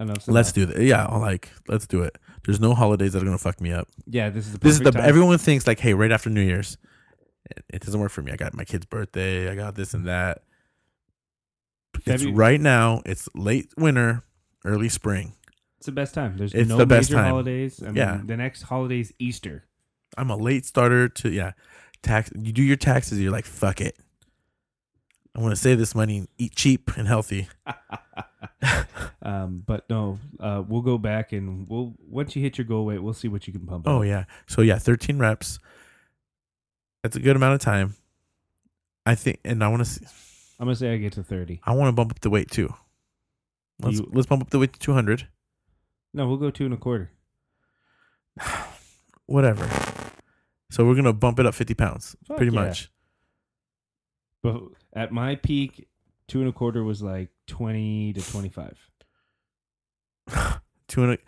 S2: Enough's
S1: Let's
S2: enough.
S1: do that. Yeah, I'm like let's do it. There's no holidays that are gonna fuck me up.
S2: Yeah, this is the
S1: This is the
S2: perfect time.
S1: everyone thinks like, hey, right after New Year's, it, it doesn't work for me. I got my kid's birthday. I got this and that. It's
S2: February-
S1: right now. It's late winter, early spring.
S2: It's the best time. There's
S1: It's
S2: no
S1: the best
S2: major
S1: time.
S2: holidays. I mean,
S1: Yeah.
S2: the next holiday's Easter.
S1: I'm a late starter to yeah. Tax. You do your taxes. You're like fuck it. I want to save this money and eat cheap and healthy.
S2: Um, but no, uh, we'll go back and we'll once you hit your goal weight, we'll see what you can pump.
S1: Oh
S2: up.
S1: yeah. So yeah, 13 reps. That's a good amount of time. I think, and I want to see.
S2: I'm gonna say I get to thirty.
S1: I want to bump up the weight too. Let's
S2: You-
S1: let's bump up the weight to 200.
S2: No, we'll go two and a quarter.
S1: Whatever. So we're gonna bump it up 50 pounds,
S2: Fuck
S1: pretty
S2: yeah.
S1: much.
S2: But at my peak, two and a quarter was like twenty to twenty-five.
S1: 200,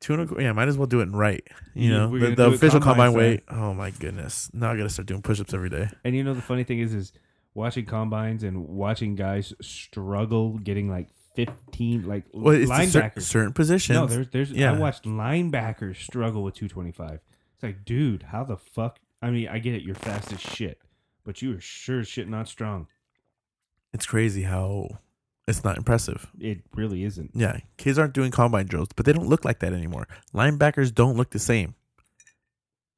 S1: Two and a qu- yeah, might as well do it right. You
S2: Yeah,
S1: know,
S2: we're
S1: the,
S2: gonna
S1: the
S2: do a
S1: official
S2: combine
S1: combine,
S2: thing.
S1: weight. Oh my goodness! Now I gotta start doing push-ups every day.
S2: And you know the funny thing is, is watching combines and watching guys struggle getting like fifteen, like
S1: Well, it's the cer-
S2: linebackers.
S1: certain positions.
S2: no, there's there's I
S1: yeah.
S2: watched linebackers struggle with two twenty five. It's like, dude, how the fuck? I mean, I get it, you're fast as shit, but you are sure as shit not strong.
S1: it's crazy how it's not impressive.
S2: It really isn't.
S1: Yeah, kids aren't doing combine drills, but they don't look like that anymore. Linebackers don't look the same.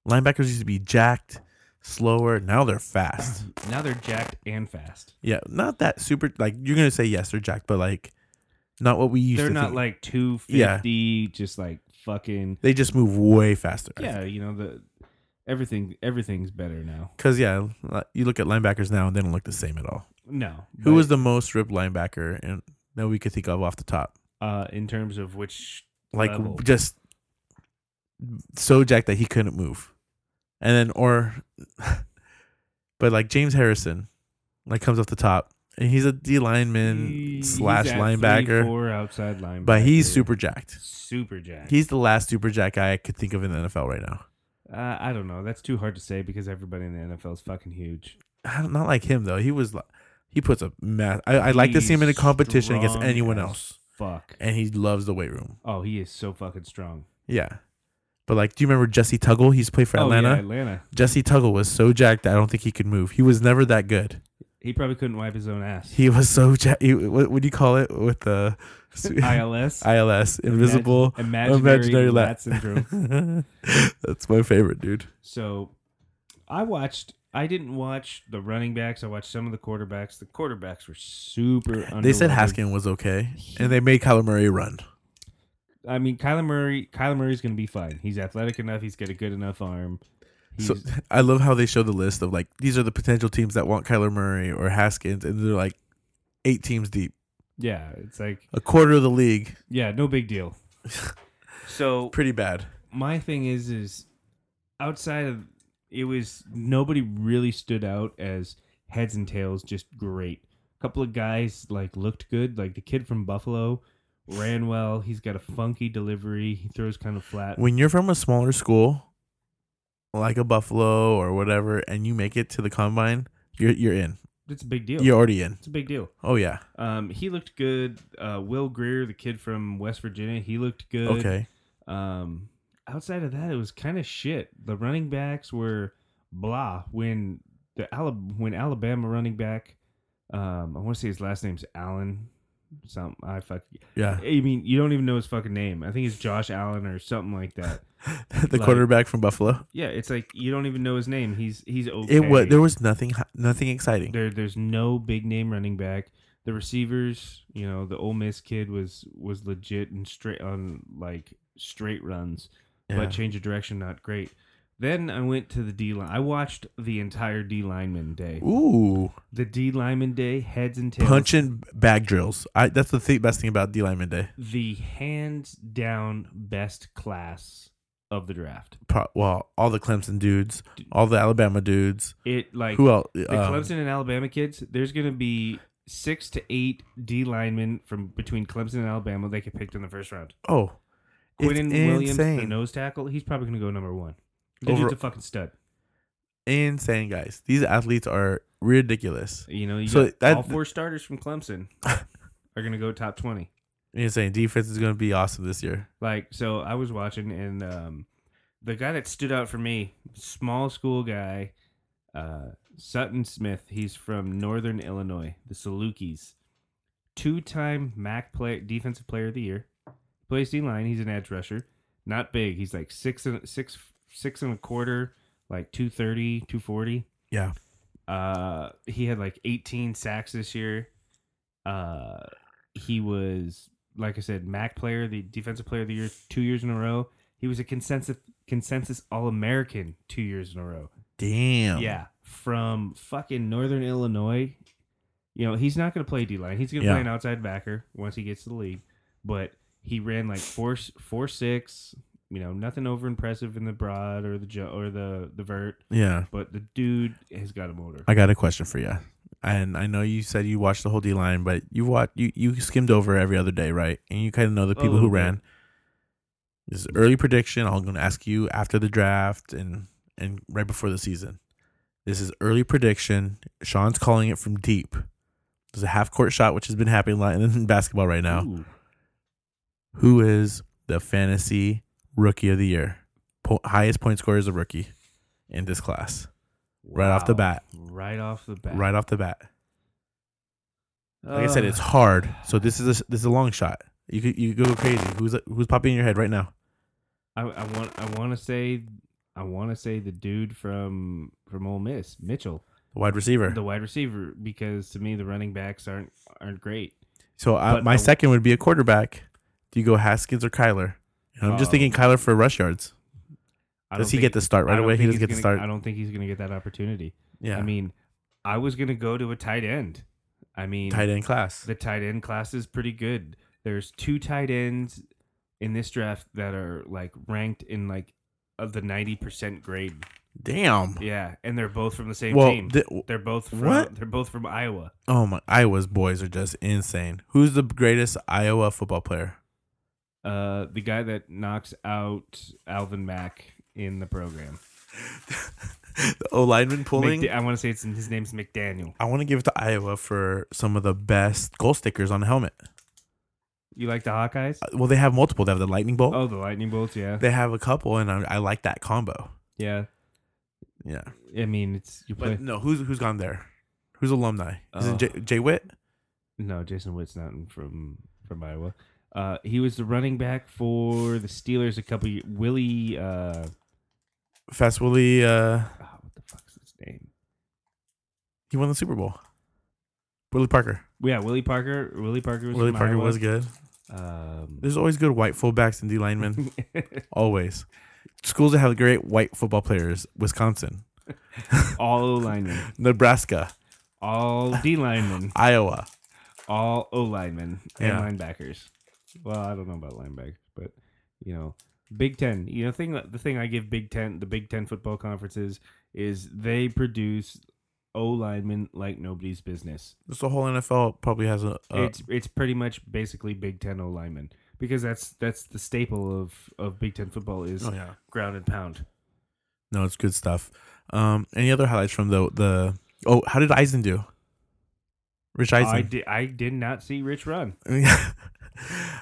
S1: Linebackers used to be jacked, slower. Now they're fast.
S2: Now they're jacked and fast.
S1: Yeah, not that super. Like you're gonna say yes, they're jacked, but like not what we used
S2: They're
S1: to.
S2: not
S1: think.
S2: like two fifty, just like fucking
S1: they just move way faster.
S2: yeah. You know the everything everything's better now.
S1: because yeah, li- you look at linebackers now and they don't look the same at all.
S2: No,
S1: Who
S2: but,
S1: was the most ripped linebacker and that we could think of off the top?
S2: uh in terms of which
S1: Like
S2: Level.
S1: just so jacked that he couldn't move, and then or, [laughs] but like James Harrison, like comes off the top and he's a D lineman
S2: He's
S1: slash
S2: at
S1: linebacker,
S2: 3'4" outside linebacker,
S1: but he's super jacked.
S2: super jacked.
S1: He's the last super jack guy I could think of in the NFL right now.
S2: uh, I don't know. That's too hard to say because everybody in the NFL is fucking huge.
S1: I don't, not like him though. He was, li- he puts a math. I, I'd like to see him in a
S2: He's
S1: competition against
S2: strong
S1: anyone
S2: as
S1: else.
S2: Fuck.
S1: and he loves the weight room.
S2: Oh, he is so fucking strong.
S1: Yeah. But like, do you remember Jesse Tuggle? He's played for
S2: Oh, yeah,
S1: Atlanta.
S2: Atlanta.
S1: Jesse Tuggle was so jacked that I don't think he could move. He was never that good.
S2: He probably couldn't wipe his own ass.
S1: He was so [laughs] jacked. What, what do you call it with
S2: [laughs]
S1: the [laughs]
S2: ILS.
S1: ILS, invisible
S2: imaginary,
S1: imaginary
S2: lat,
S1: lat. [laughs]
S2: syndrome.
S1: That's my favorite, dude.
S2: So, I watched. I didn't watch the running backs. I watched some of the quarterbacks. The quarterbacks were super.
S1: They said
S2: underwhelming.
S1: Haskin was okay, and they made Kyler Murray run.
S2: I mean, Kyler Murray. Kyler Murray's going to be fine. He's athletic enough. He's got a good enough arm. He's,
S1: So I love how they show the list of like these are the potential teams that want Kyler Murray or Haskins, and they're like eight teams deep,
S2: yeah, it's like
S1: a quarter of the league.
S2: yeah, no big
S1: [laughs]
S2: deal. so
S1: Pretty bad.
S2: my thing is, is outside of it was nobody really stood out as heads and tails, just great. A couple of guys like looked good, like the kid from Buffalo ran well. He's got a funky delivery. He throws kind of flat.
S1: when you're from a smaller school, like a Buffalo or whatever, and you make it to the combine, you're you're in.
S2: It's a big deal.
S1: You're already in.
S2: It's a big deal.
S1: Oh yeah.
S2: Um, he looked good. Uh, Will Greer, the kid from West Virginia, he looked good.
S1: Okay.
S2: Um, outside of that, it was kind of shit. The running backs were blah. When the Alab- when Alabama running back, um, I want to say his last name's Allen. Some I fuck.
S1: Yeah.
S2: I mean, you don't even know his fucking name. I think it's Josh Allen or something like that.
S1: [laughs] the
S2: Like-
S1: quarterback from Buffalo.
S2: Yeah, it's like you don't even know his name. He's he's okay.
S1: It was there was nothing hi- nothing exciting.
S2: there there's no big name running back. The receivers, you know, the Ole Miss kid was was legit and straight on like straight runs,
S1: Yeah.
S2: but change of direction not great. Then I went to the D line. I watched the entire D lineman day.
S1: Ooh,
S2: The D lineman day, heads and tails.
S1: punching bag drills. I that's the th- best thing about D lineman day.
S2: The hands down best class of the draft.
S1: Pro- well, all the Clemson dudes, all the Alabama dudes.
S2: It like
S1: Who else?
S2: the
S1: Um,
S2: Clemson and Alabama kids, there's going to be six to eight D linemen from between Clemson and Alabama they get picked in the first round.
S1: oh, it's
S2: Quinton Williams, the
S1: insane.
S2: nose tackle, he's probably going to go number one. The
S1: Over-
S2: dude's a fucking stud.
S1: insane guys. These athletes are ridiculous.
S2: You know, you
S1: So
S2: got
S1: that-
S2: all four starters
S1: [laughs]
S2: from Clemson are going to go top 20.
S1: Insane defense is going to be awesome this year.
S2: Like, so I was watching, and um, the guy that stood out for me, small school guy, uh, Sutton Smith. He's from Northern Illinois, the Salukis. Two time MAC play, Defensive Player of the Year. Plays D line. He's an edge rusher. Not big. He's like six and six six and a quarter, like 230, 240.
S1: Yeah.
S2: Uh, he had like 18 sacks this year. Uh, he was, like I said, MAC player, the defensive player of the year, two years in a row. He was a consensus consensus All American two years in a row.
S1: Damn.
S2: Yeah, from fucking Northern Illinois. You know, he's not going to play D line. He's going to
S1: Yeah.
S2: play an outside backer once he gets to the league. But he ran like four four six. You know, nothing over impressive in the broad or the jo- or the the vert.
S1: Yeah.
S2: But the dude has got a motor.
S1: I got a question for you. And I know you said you watched the whole D line, but you watched you, you skimmed over every other day, right? And you kind of know the
S2: A
S1: people who
S2: little bit.
S1: ran. This is early prediction. I'm going to ask you after the draft and and right before the season. This is early prediction. Sean's calling it from deep. There's a half court shot, which has been happening a lot in [laughs] basketball right now.
S2: Ooh.
S1: Who is the fantasy rookie of the year? Po- highest point scorer is a rookie in this class. Right off the
S2: Wow.
S1: bat.
S2: Right off the bat.
S1: Right off the bat. Like I said, it's hard. So this is a this is a long shot. You could you could go crazy. Who's who's popping in your head right now?
S2: I, I want. I want to say. I want to say the dude from from Ole Miss, Mitchell,
S1: The wide receiver.
S2: the wide receiver, because to me the running backs aren't aren't great.
S1: so I,
S2: but um,
S1: my
S2: the-
S1: second would be a quarterback. Do you go Haskins or Kyler? And I'm just
S2: Oh.
S1: thinking Kyler for rush yards.
S2: I
S1: Does
S2: don't
S1: he
S2: think-
S1: get the start
S2: I
S1: right
S2: don't
S1: away? He
S2: think
S1: doesn't
S2: he's
S1: get the
S2: gonna-
S1: start.
S2: I don't think he's going to get that opportunity.
S1: yeah.
S2: I mean, I was going to go to a tight end. I mean,
S1: tight end class.
S2: the tight end class is pretty good. There's two tight ends in this draft that are like ranked in like of the 90% grade.
S1: Damn.
S2: Yeah, and they're both from the same
S1: Oh. Well,
S2: team.
S1: the-
S2: they're both from
S1: What?
S2: they're both from Iowa.
S1: oh my, Iowa's boys are just insane. Who's the greatest Iowa football player?
S2: Uh the guy that knocks out Alvin Mack in the program.
S1: the O lineman pulling.
S2: McD- I want to say it's his name's McDaniel.
S1: I want to give it to Iowa for some of the best goal stickers on a helmet.
S2: You like the Hawkeyes?
S1: Uh, Well, they have multiple. They have the lightning bolt.
S2: Oh, the lightning bolts, yeah.
S1: They have a couple, and I, I like that combo.
S2: Yeah.
S1: Yeah,
S2: I mean, it's you play
S1: but no, who's who's gone there? Who's alumni? Is
S2: Uh,
S1: it Jay, Jay Witt?
S2: No, Jason Witt's not in- from from Iowa. Uh, he was the running back for the Steelers a couple years. Willie, uh,
S1: Fast Willie. Uh,
S2: oh, what the fuck's his name?
S1: he won the Super Bowl. Willie Parker.
S2: Yeah, Willie Parker. Willie Parker was
S1: Willie
S2: from
S1: Parker
S2: Iowa.
S1: was good.
S2: Um, [laughs]
S1: There's always good white fullbacks and D linemen. always. Schools that have great white football players: Wisconsin,
S2: all O linemen,
S1: Nebraska,
S2: all D linemen,
S1: Iowa.
S2: all O linemen, and
S1: Yeah.
S2: linebackers. Well, I don't know about linebackers, but you know, Big Ten. You know, thing the thing I give Big Ten, the Big Ten football conferences, is they produce O linemen like nobody's business.
S1: Just the whole NFL probably has a. a
S2: it's it's pretty much basically Big Ten O linemen because that's that's the staple of of Big Ten football is
S1: oh yeah.
S2: ground and pound.
S1: No, it's good stuff. Um, any other highlights from the the? Oh, how did Eisen do? Rich Eisen.
S2: I did I did not see Rich run.
S1: [laughs]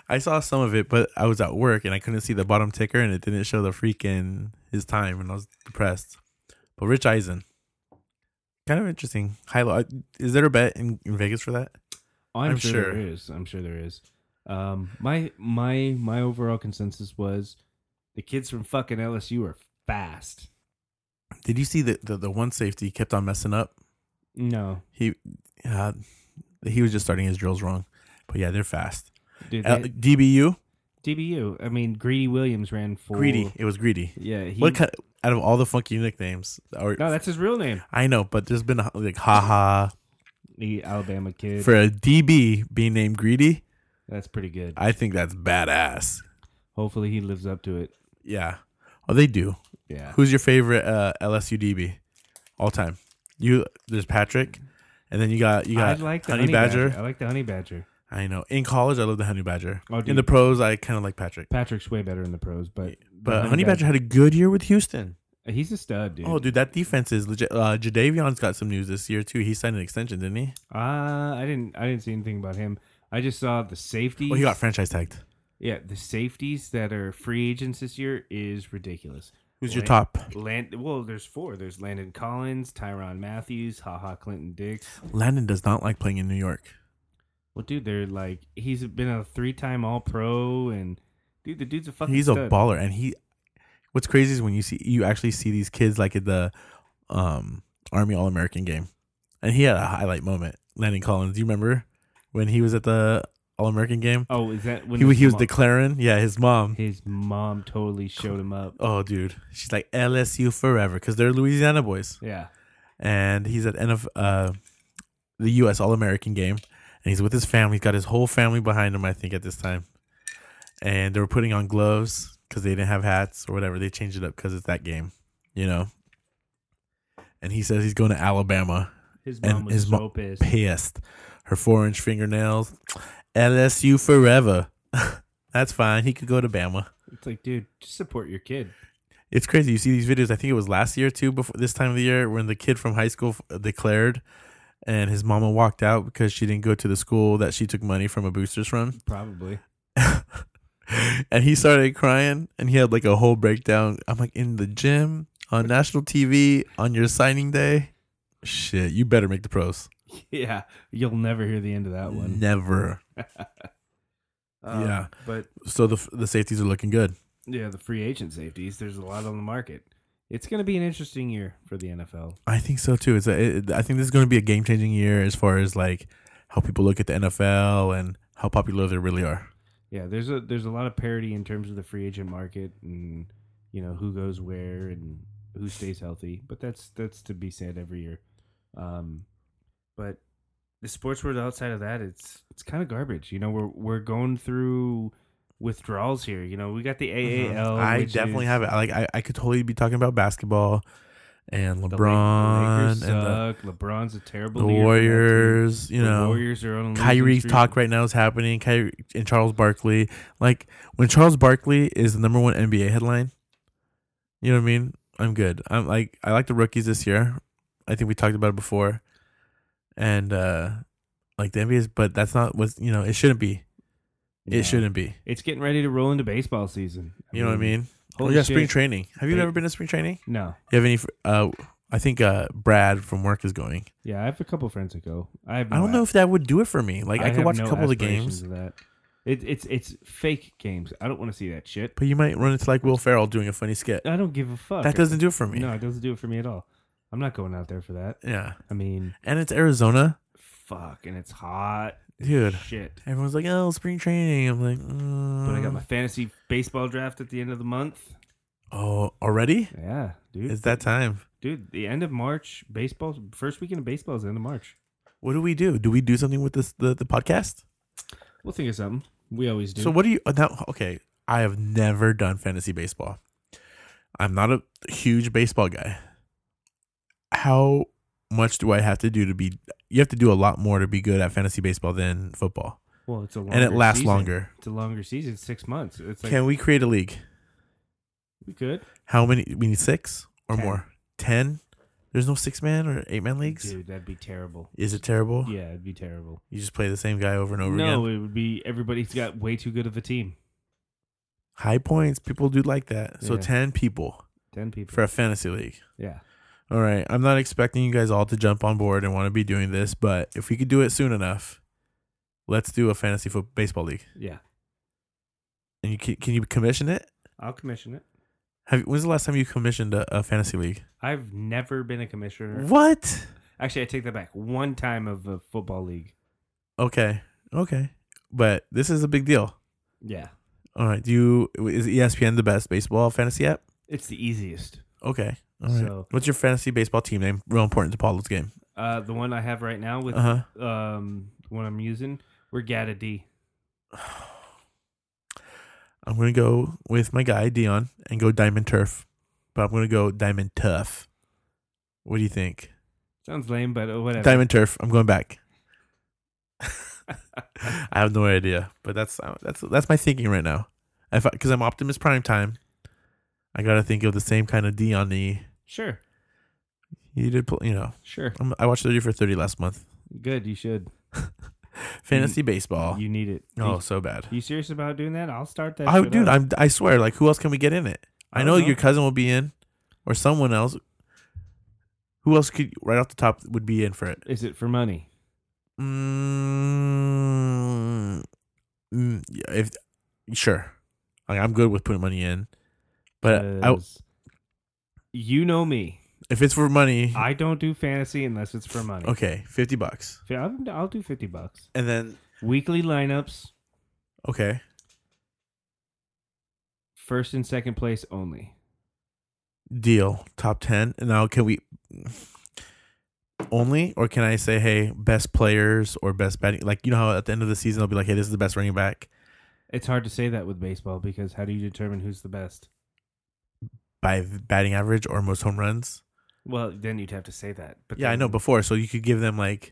S1: I saw some of it, but I was at work and I couldn't see the bottom ticker, and it didn't show the freaking his time, and I was depressed. But Rich Eisen, kind of interesting. Highlight. Is there a bet in, in Vegas for that?
S2: Oh, I'm,
S1: I'm
S2: sure,
S1: sure.
S2: there is. I'm sure there is. Um, my my my overall consensus was the kids from fucking LSU are fast.
S1: Did you see the the, the one safety kept on messing up?
S2: No,
S1: He, uh, he was just starting his drills wrong. But yeah, they're fast.
S2: dude,
S1: Uh,
S2: that-
S1: DBU
S2: DBU. I mean, Greedy Williams ran for
S1: greedy. It was greedy.
S2: Yeah, he,
S1: what kind out of all the funky nicknames? Or,
S2: no, that's his real name.
S1: I know, but there's been like haha
S2: The Alabama kid.
S1: for a DB being named Greedy.
S2: that's pretty good.
S1: I think that's badass.
S2: Hopefully, he lives up to it.
S1: Yeah. Oh, they do.
S2: Yeah.
S1: Who's your favorite uh, LSU DB all time? You there's Patrick, and then you got you
S2: I
S1: got
S2: like the
S1: Honey Badger.
S2: I like the honey badger.
S1: I know. In college, I love the Honey Badger.
S2: Oh, dude.
S1: In the pros, I kind of like Patrick.
S2: Patrick's way better in the pros, but
S1: But Honey Badger had a good year with Houston.
S2: he's a stud, dude.
S1: Oh, dude, that defense is legit. Uh, Jadavion's got some news this year too. He signed an extension, didn't he?
S2: Uh, I didn't, I didn't see anything about him. I just saw the safeties.
S1: Oh, he got franchise tagged.
S2: yeah, the safeties that are free agents this year is ridiculous.
S1: Who's your
S2: Lan-
S1: top?
S2: Land, well, there's four. There's Landon Collins, Tyron Matthews, Haha Clinton Dix.
S1: Landon does not like playing in New York.
S2: Well, dude, they're like he's been a three-time All-Pro, and dude, the dude's a fucking.
S1: He's a
S2: stud.
S1: baller, and he. What's crazy is when you see you actually see these kids like at the, um, Army All American game, and he had a highlight moment. Landon Collins, do you remember when he was at the All American game?
S2: Oh, is that when
S1: He,
S2: his
S1: he was
S2: mom-
S1: declaring, yeah, his mom.
S2: his mom totally showed him up.
S1: Oh, dude, she's like LSU forever because they're Louisiana boys,
S2: Yeah.
S1: and he's at NF, uh, the U.S. All American game, and he's with his family. He's got his whole family behind him, I think, at this time. And they were putting on gloves because they didn't have hats or whatever. They changed it up because it's that game, you know. And he says he's going to Alabama,
S2: His
S1: And
S2: mom was
S1: his
S2: so
S1: mo-
S2: pissed.
S1: pissed. Her four inch fingernails, LSU forever. [laughs] That's fine. He could go to Bama.
S2: It's like, dude, just support your kid.
S1: It's crazy. You see these videos. I think it was last year too, before this time of the year, when the kid from high school f- declared, and his mama walked out because she didn't go to the school that she took money from a boosters from, [laughs]
S2: Probably. [laughs]
S1: and he started crying, and he had like a whole breakdown. I'm like in the gym on national TV on your signing day. Shit, you better make the pros.
S2: Yeah, you'll never hear the end of that one. Uh,
S1: Never. yeah.
S2: but
S1: So the f- the safeties are looking good.
S2: yeah, the free agent safeties. There's a lot on the market. It's going to be an interesting year for the NFL.
S1: I think so too. It's a, it, I think this is going to be a game changing year as far as like how people look at the NFL and how popular they really are.
S2: Yeah, there's a there's a lot of parity in terms of the free agent market and you know who goes where and who stays healthy. But that's that's to be said every year. Um, but the sports world outside of that, it's it's kind of garbage. You know, we're we're going through withdrawals here. You know, we got the AAL.
S1: Mm-hmm. I
S2: which
S1: definitely
S2: is-
S1: have it. Like I, I could totally be talking about basketball and
S2: The
S1: LeBron
S2: Lakers uh,
S1: and the,
S2: suck. LeBron's a terrible.
S1: the
S2: leader for that team.
S1: Warriors. You
S2: The
S1: know,
S2: Warriors are on a losing
S1: Kyrie
S2: streak.
S1: talk right now is happening. Kyrie and Charles Barkley. Like when Charles Barkley is the number one NBA headline, you know what I mean? I'm good. I'm like I like the rookies this year. I think we talked about it before. And uh like the NBA is but that's not what you know, it shouldn't be.
S2: Yeah.
S1: It shouldn't be.
S2: It's getting ready to roll into baseball season.
S1: You know what I mean? Oh
S2: holy
S1: yeah,
S2: shit.
S1: spring training. Have you
S2: They-
S1: ever been to spring training?
S2: No.
S1: You have any fr- uh I think uh Brad from work is going.
S2: Yeah, I have a couple friends that go. I have.
S1: I don't
S2: no
S1: know if that would do it for me. Like I, could
S2: have
S1: watch
S2: no
S1: a couple of the games.
S2: aspirations Of that. It, it's it's fake games. I don't want to see that shit.
S1: But you might run into like Will Ferrell doing a funny skit.
S2: I don't give a fuck.
S1: That doesn't do it for me.
S2: Oh, No, it doesn't do it for me at all. I'm not going out there for that.
S1: Yeah.
S2: I mean,
S1: And it's Arizona.
S2: fuck, and it's hot.
S1: Dude.
S2: Shit.
S1: Everyone's like, oh, spring training. I'm like,
S2: But I got
S1: mm.
S2: my fantasy baseball draft at the end of the month.
S1: Oh, already?
S2: Yeah, dude.
S1: It's that time.
S2: Dude, the end of March, baseball, first weekend of baseball is the end of March.
S1: What do we do? Do we do something with this the, the podcast?
S2: We'll think of something. We always do.
S1: So what do you uh, now okay. I have never done fantasy baseball. I'm not a huge baseball guy. How much do I have to do to be you have to do a lot more to be good at fantasy baseball than football.
S2: well, it's a longer
S1: and it lasts
S2: season.
S1: longer.
S2: It's a longer season, six months. It's like
S1: Can we create a league?
S2: we could,
S1: How many we need six or
S2: Ten.
S1: more? Ten? There's no six man or eight man leagues?
S2: dude. That'd be terrible.
S1: Is it terrible?
S2: Yeah, it'd be terrible.
S1: You just play the same guy over and Oh. over
S2: no,
S1: again.
S2: it would be everybody's got way too good of a team.
S1: High points, people do like that. So
S2: Yeah.
S1: ten people
S2: Ten people.
S1: for a fantasy league.
S2: yeah.
S1: All right, I'm not expecting you guys all to jump on board and want to be doing this, but if we could do it soon enough, let's do a fantasy football baseball league.
S2: Yeah.
S1: And you can, can you commission it?
S2: I'll commission it.
S1: Have when's the last time you commissioned a, a fantasy league?
S2: I've never been a commissioner.
S1: What?
S2: Actually, I take that back. One time of a football league.
S1: Okay, okay, but this is a big deal.
S2: Yeah.
S1: All right, do you is E ESPN the best baseball fantasy app?
S2: It's the easiest.
S1: Okay, all right.
S2: So-
S1: What's your fantasy baseball team name? Real important to Paulo's game.
S2: Uh, the one I have right now with
S1: Uh
S2: um the one I'm using, we're Gata D.
S1: huh. [sighs] I'm gonna go with my guy Dion and go Diamond Turf, but I'm gonna go Diamond Tough. What do you think?
S2: Sounds lame, but uh, whatever.
S1: Diamond Turf. I'm going
S2: [laughs]
S1: back. I have no idea, but that's uh, that's that's my thinking right now. If because I'm Optimus Prime time, I gotta think of the same kind of Dion. The
S2: Sure.
S1: he did, pl- you know.
S2: Sure.
S1: I'm, I watched 30 for 30 last month.
S2: Good. You should.
S1: Fantasy baseball.
S2: You need it.
S1: oh,
S2: You,
S1: so bad.
S2: you serious about doing that? I'll start that.
S1: I,
S2: shit
S1: dude,
S2: up.
S1: I'm, I swear, like, who else can we get in it? I,
S2: I
S1: know,
S2: don't know.
S1: your cousin will be in, or someone else. Who else could right off the top would be in for it?
S2: Is it for money?
S1: Mm, mm, yeah, if sure, like, I'm good with putting money in, but I,
S2: 'Cause you know me.
S1: if it's for money,
S2: I don't do fantasy unless it's for money.
S1: okay, fifty bucks,
S2: Fi- I'll, I'll do 50 bucks.
S1: and then
S2: Weekly lineups,
S1: okay,
S2: first and second place only.
S1: deal top 10 And now can we only or can i say hey best players or best batting like you know how at the end of the season they'll be like hey this is the best running back
S2: It's hard to say that with baseball because how do you determine who's the best?
S1: by batting average or most home runs
S2: Well, then you'd have to say that. But
S1: yeah i
S2: then-
S1: know before so you could give them like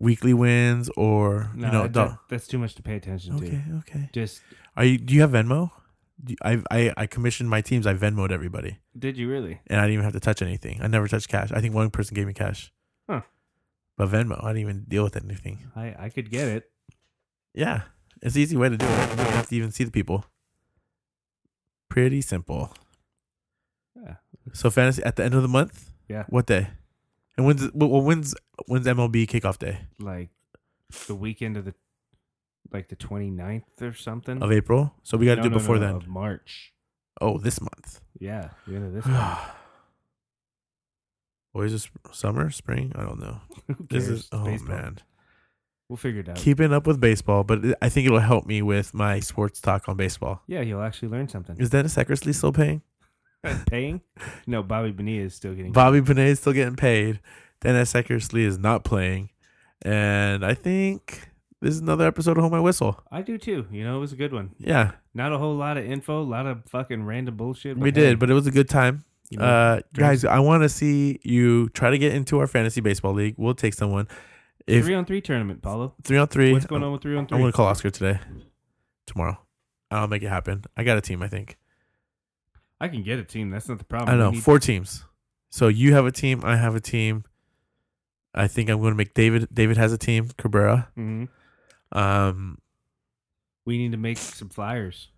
S1: weekly wins or
S2: No,
S1: you know
S2: that-
S1: the,
S2: that- that's too much to pay attention
S1: okay
S2: to.
S1: okay
S2: Just
S1: are you do you have venmo Do you- I, I i commissioned my teams i venmoed everybody
S2: did you really?
S1: and i didn't even have to touch anything i never touched cash i think one person gave me cash
S2: Huh.
S1: but venmo i didn't even deal with anything
S2: I I could get it.
S1: yeah it's an easy way to do it you don't have to even see the people pretty simple
S2: Yeah.
S1: so fantasy at the end of the month
S2: Yeah.
S1: what day and when's well, when's when's mlb kickoff day
S2: Like the weekend of the like the 29th or something.
S1: of april so we got to
S2: No,
S1: do it
S2: no, no,
S1: before
S2: no,
S1: then
S2: Of March.
S1: oh this month
S2: Yeah, the end
S1: [laughs]
S2: of
S1: [sighs]
S2: this. month.
S1: Boys, Oh, is summer, spring? I don't know.
S2: Who
S1: This
S2: cares?
S1: is oh
S2: Baseball.
S1: man,
S2: We'll figure it out.
S1: keeping up with baseball, but it- I think it'll help me with my sports talk on baseball.
S2: yeah, you'll actually learn something.
S1: Is Dennis Eckersley still paying?
S2: [laughs] Paying? No, Bobby Bonilla is still getting.
S1: Bobby Panay is still getting paid. Dennis Eckersley is not playing, and I think this is another episode of Hold My Whistle.
S2: I do too. You know, it was a good one.
S1: Yeah,
S2: Not a whole lot of info, a lot of fucking random bullshit.
S1: we
S2: hey,
S1: did, but it was a good time.
S2: you know,
S1: Uh,
S2: drinks.
S1: guys, I want to see you try to get into our fantasy baseball league. We'll take someone. If
S2: three on three tournament, Paulo.
S1: three on three,
S2: What's going on with three on
S1: I'm gonna
S2: three?
S1: call Oscar today, tomorrow. I'll make it happen. I got a team. I think
S2: I can get a team. That's not the problem.
S1: I know
S2: Um, We need-
S1: four teams. So you have a team. I have a team. I think I'm gonna make David. David has a team. Cabrera.
S2: Mhm.
S1: Um,
S2: We need to make some flyers.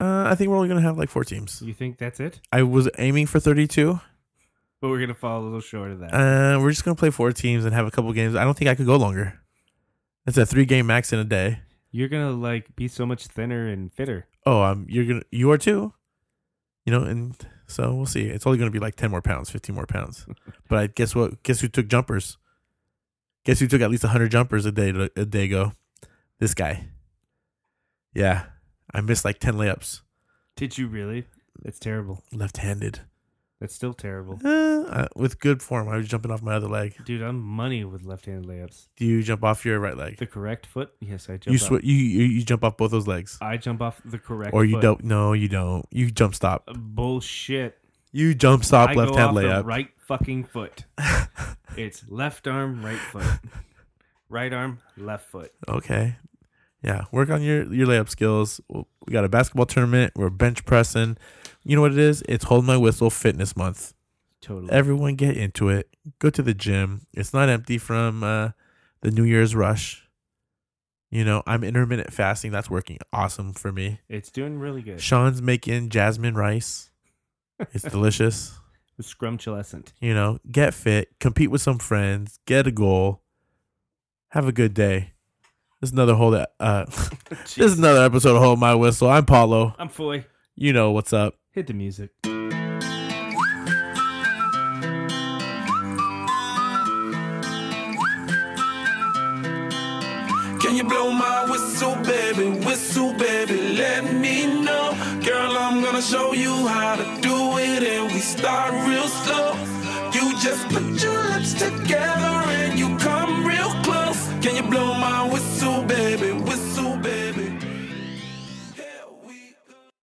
S1: uh, I think we're only gonna have like four teams.
S2: You think that's it?
S1: I was aiming for 32.
S2: But we're gonna fall a little short of that.
S1: Uh, we're just gonna play four teams and have a couple games. I don't think I could go longer. That's a three game max in a day.
S2: You're gonna like be so much thinner and fitter.
S1: Oh, um, you're gonna you are too. You know, and so we'll see. It's only gonna be like ten more pounds, fifteen more pounds. but I guess what? Guess who took jumpers? Guess who took at least hundred jumpers a day a day ago? This guy. Yeah, I missed like ten layups
S2: Did you really? That's terrible.
S1: left-handed.
S2: That's still terrible,
S1: Uh, uh, with good form, I was jumping off my other leg.
S2: dude. I'm money with left-handed layups.
S1: Do you jump off your right leg?
S2: The correct foot? Yes, I jump.
S1: You
S2: off.
S1: sw- you you you jump off both those legs,
S2: I jump off the correct.
S1: or you
S2: foot.
S1: don't? No, you don't. You jump stop.
S2: Bullshit.
S1: You jump stop
S2: Uh, I go
S1: left-hand
S2: off the
S1: layup.
S2: right fucking
S1: [laughs]
S2: foot. it's left arm, right foot. Right arm, left foot.
S1: Okay. Yeah, work on your your layup skills. We got a basketball tournament. We're bench pressing. You know what it is? It's hold my whistle fitness month.
S2: Totally.
S1: Everyone get into it. Go to the gym. It's not empty from uh, the New Year's rush. You know, I'm intermittent fasting. That's working awesome for me.
S2: it's doing really good.
S1: Sean's making jasmine rice. It's
S2: [laughs]
S1: delicious.
S2: Scrumptulescent.
S1: You know, get fit, compete with some friends, get a goal, have a good day. There's another whole that uh [laughs]
S2: [laughs]
S1: This is another episode of Hold My Whistle. I'm Paulo.
S2: I'm Foy.
S1: You know what's up.
S2: Hit the music.
S4: Can you blow my whistle, baby? Whistle, baby, let me know. Girl, I'm gonna show you how to do it, and we start real slow.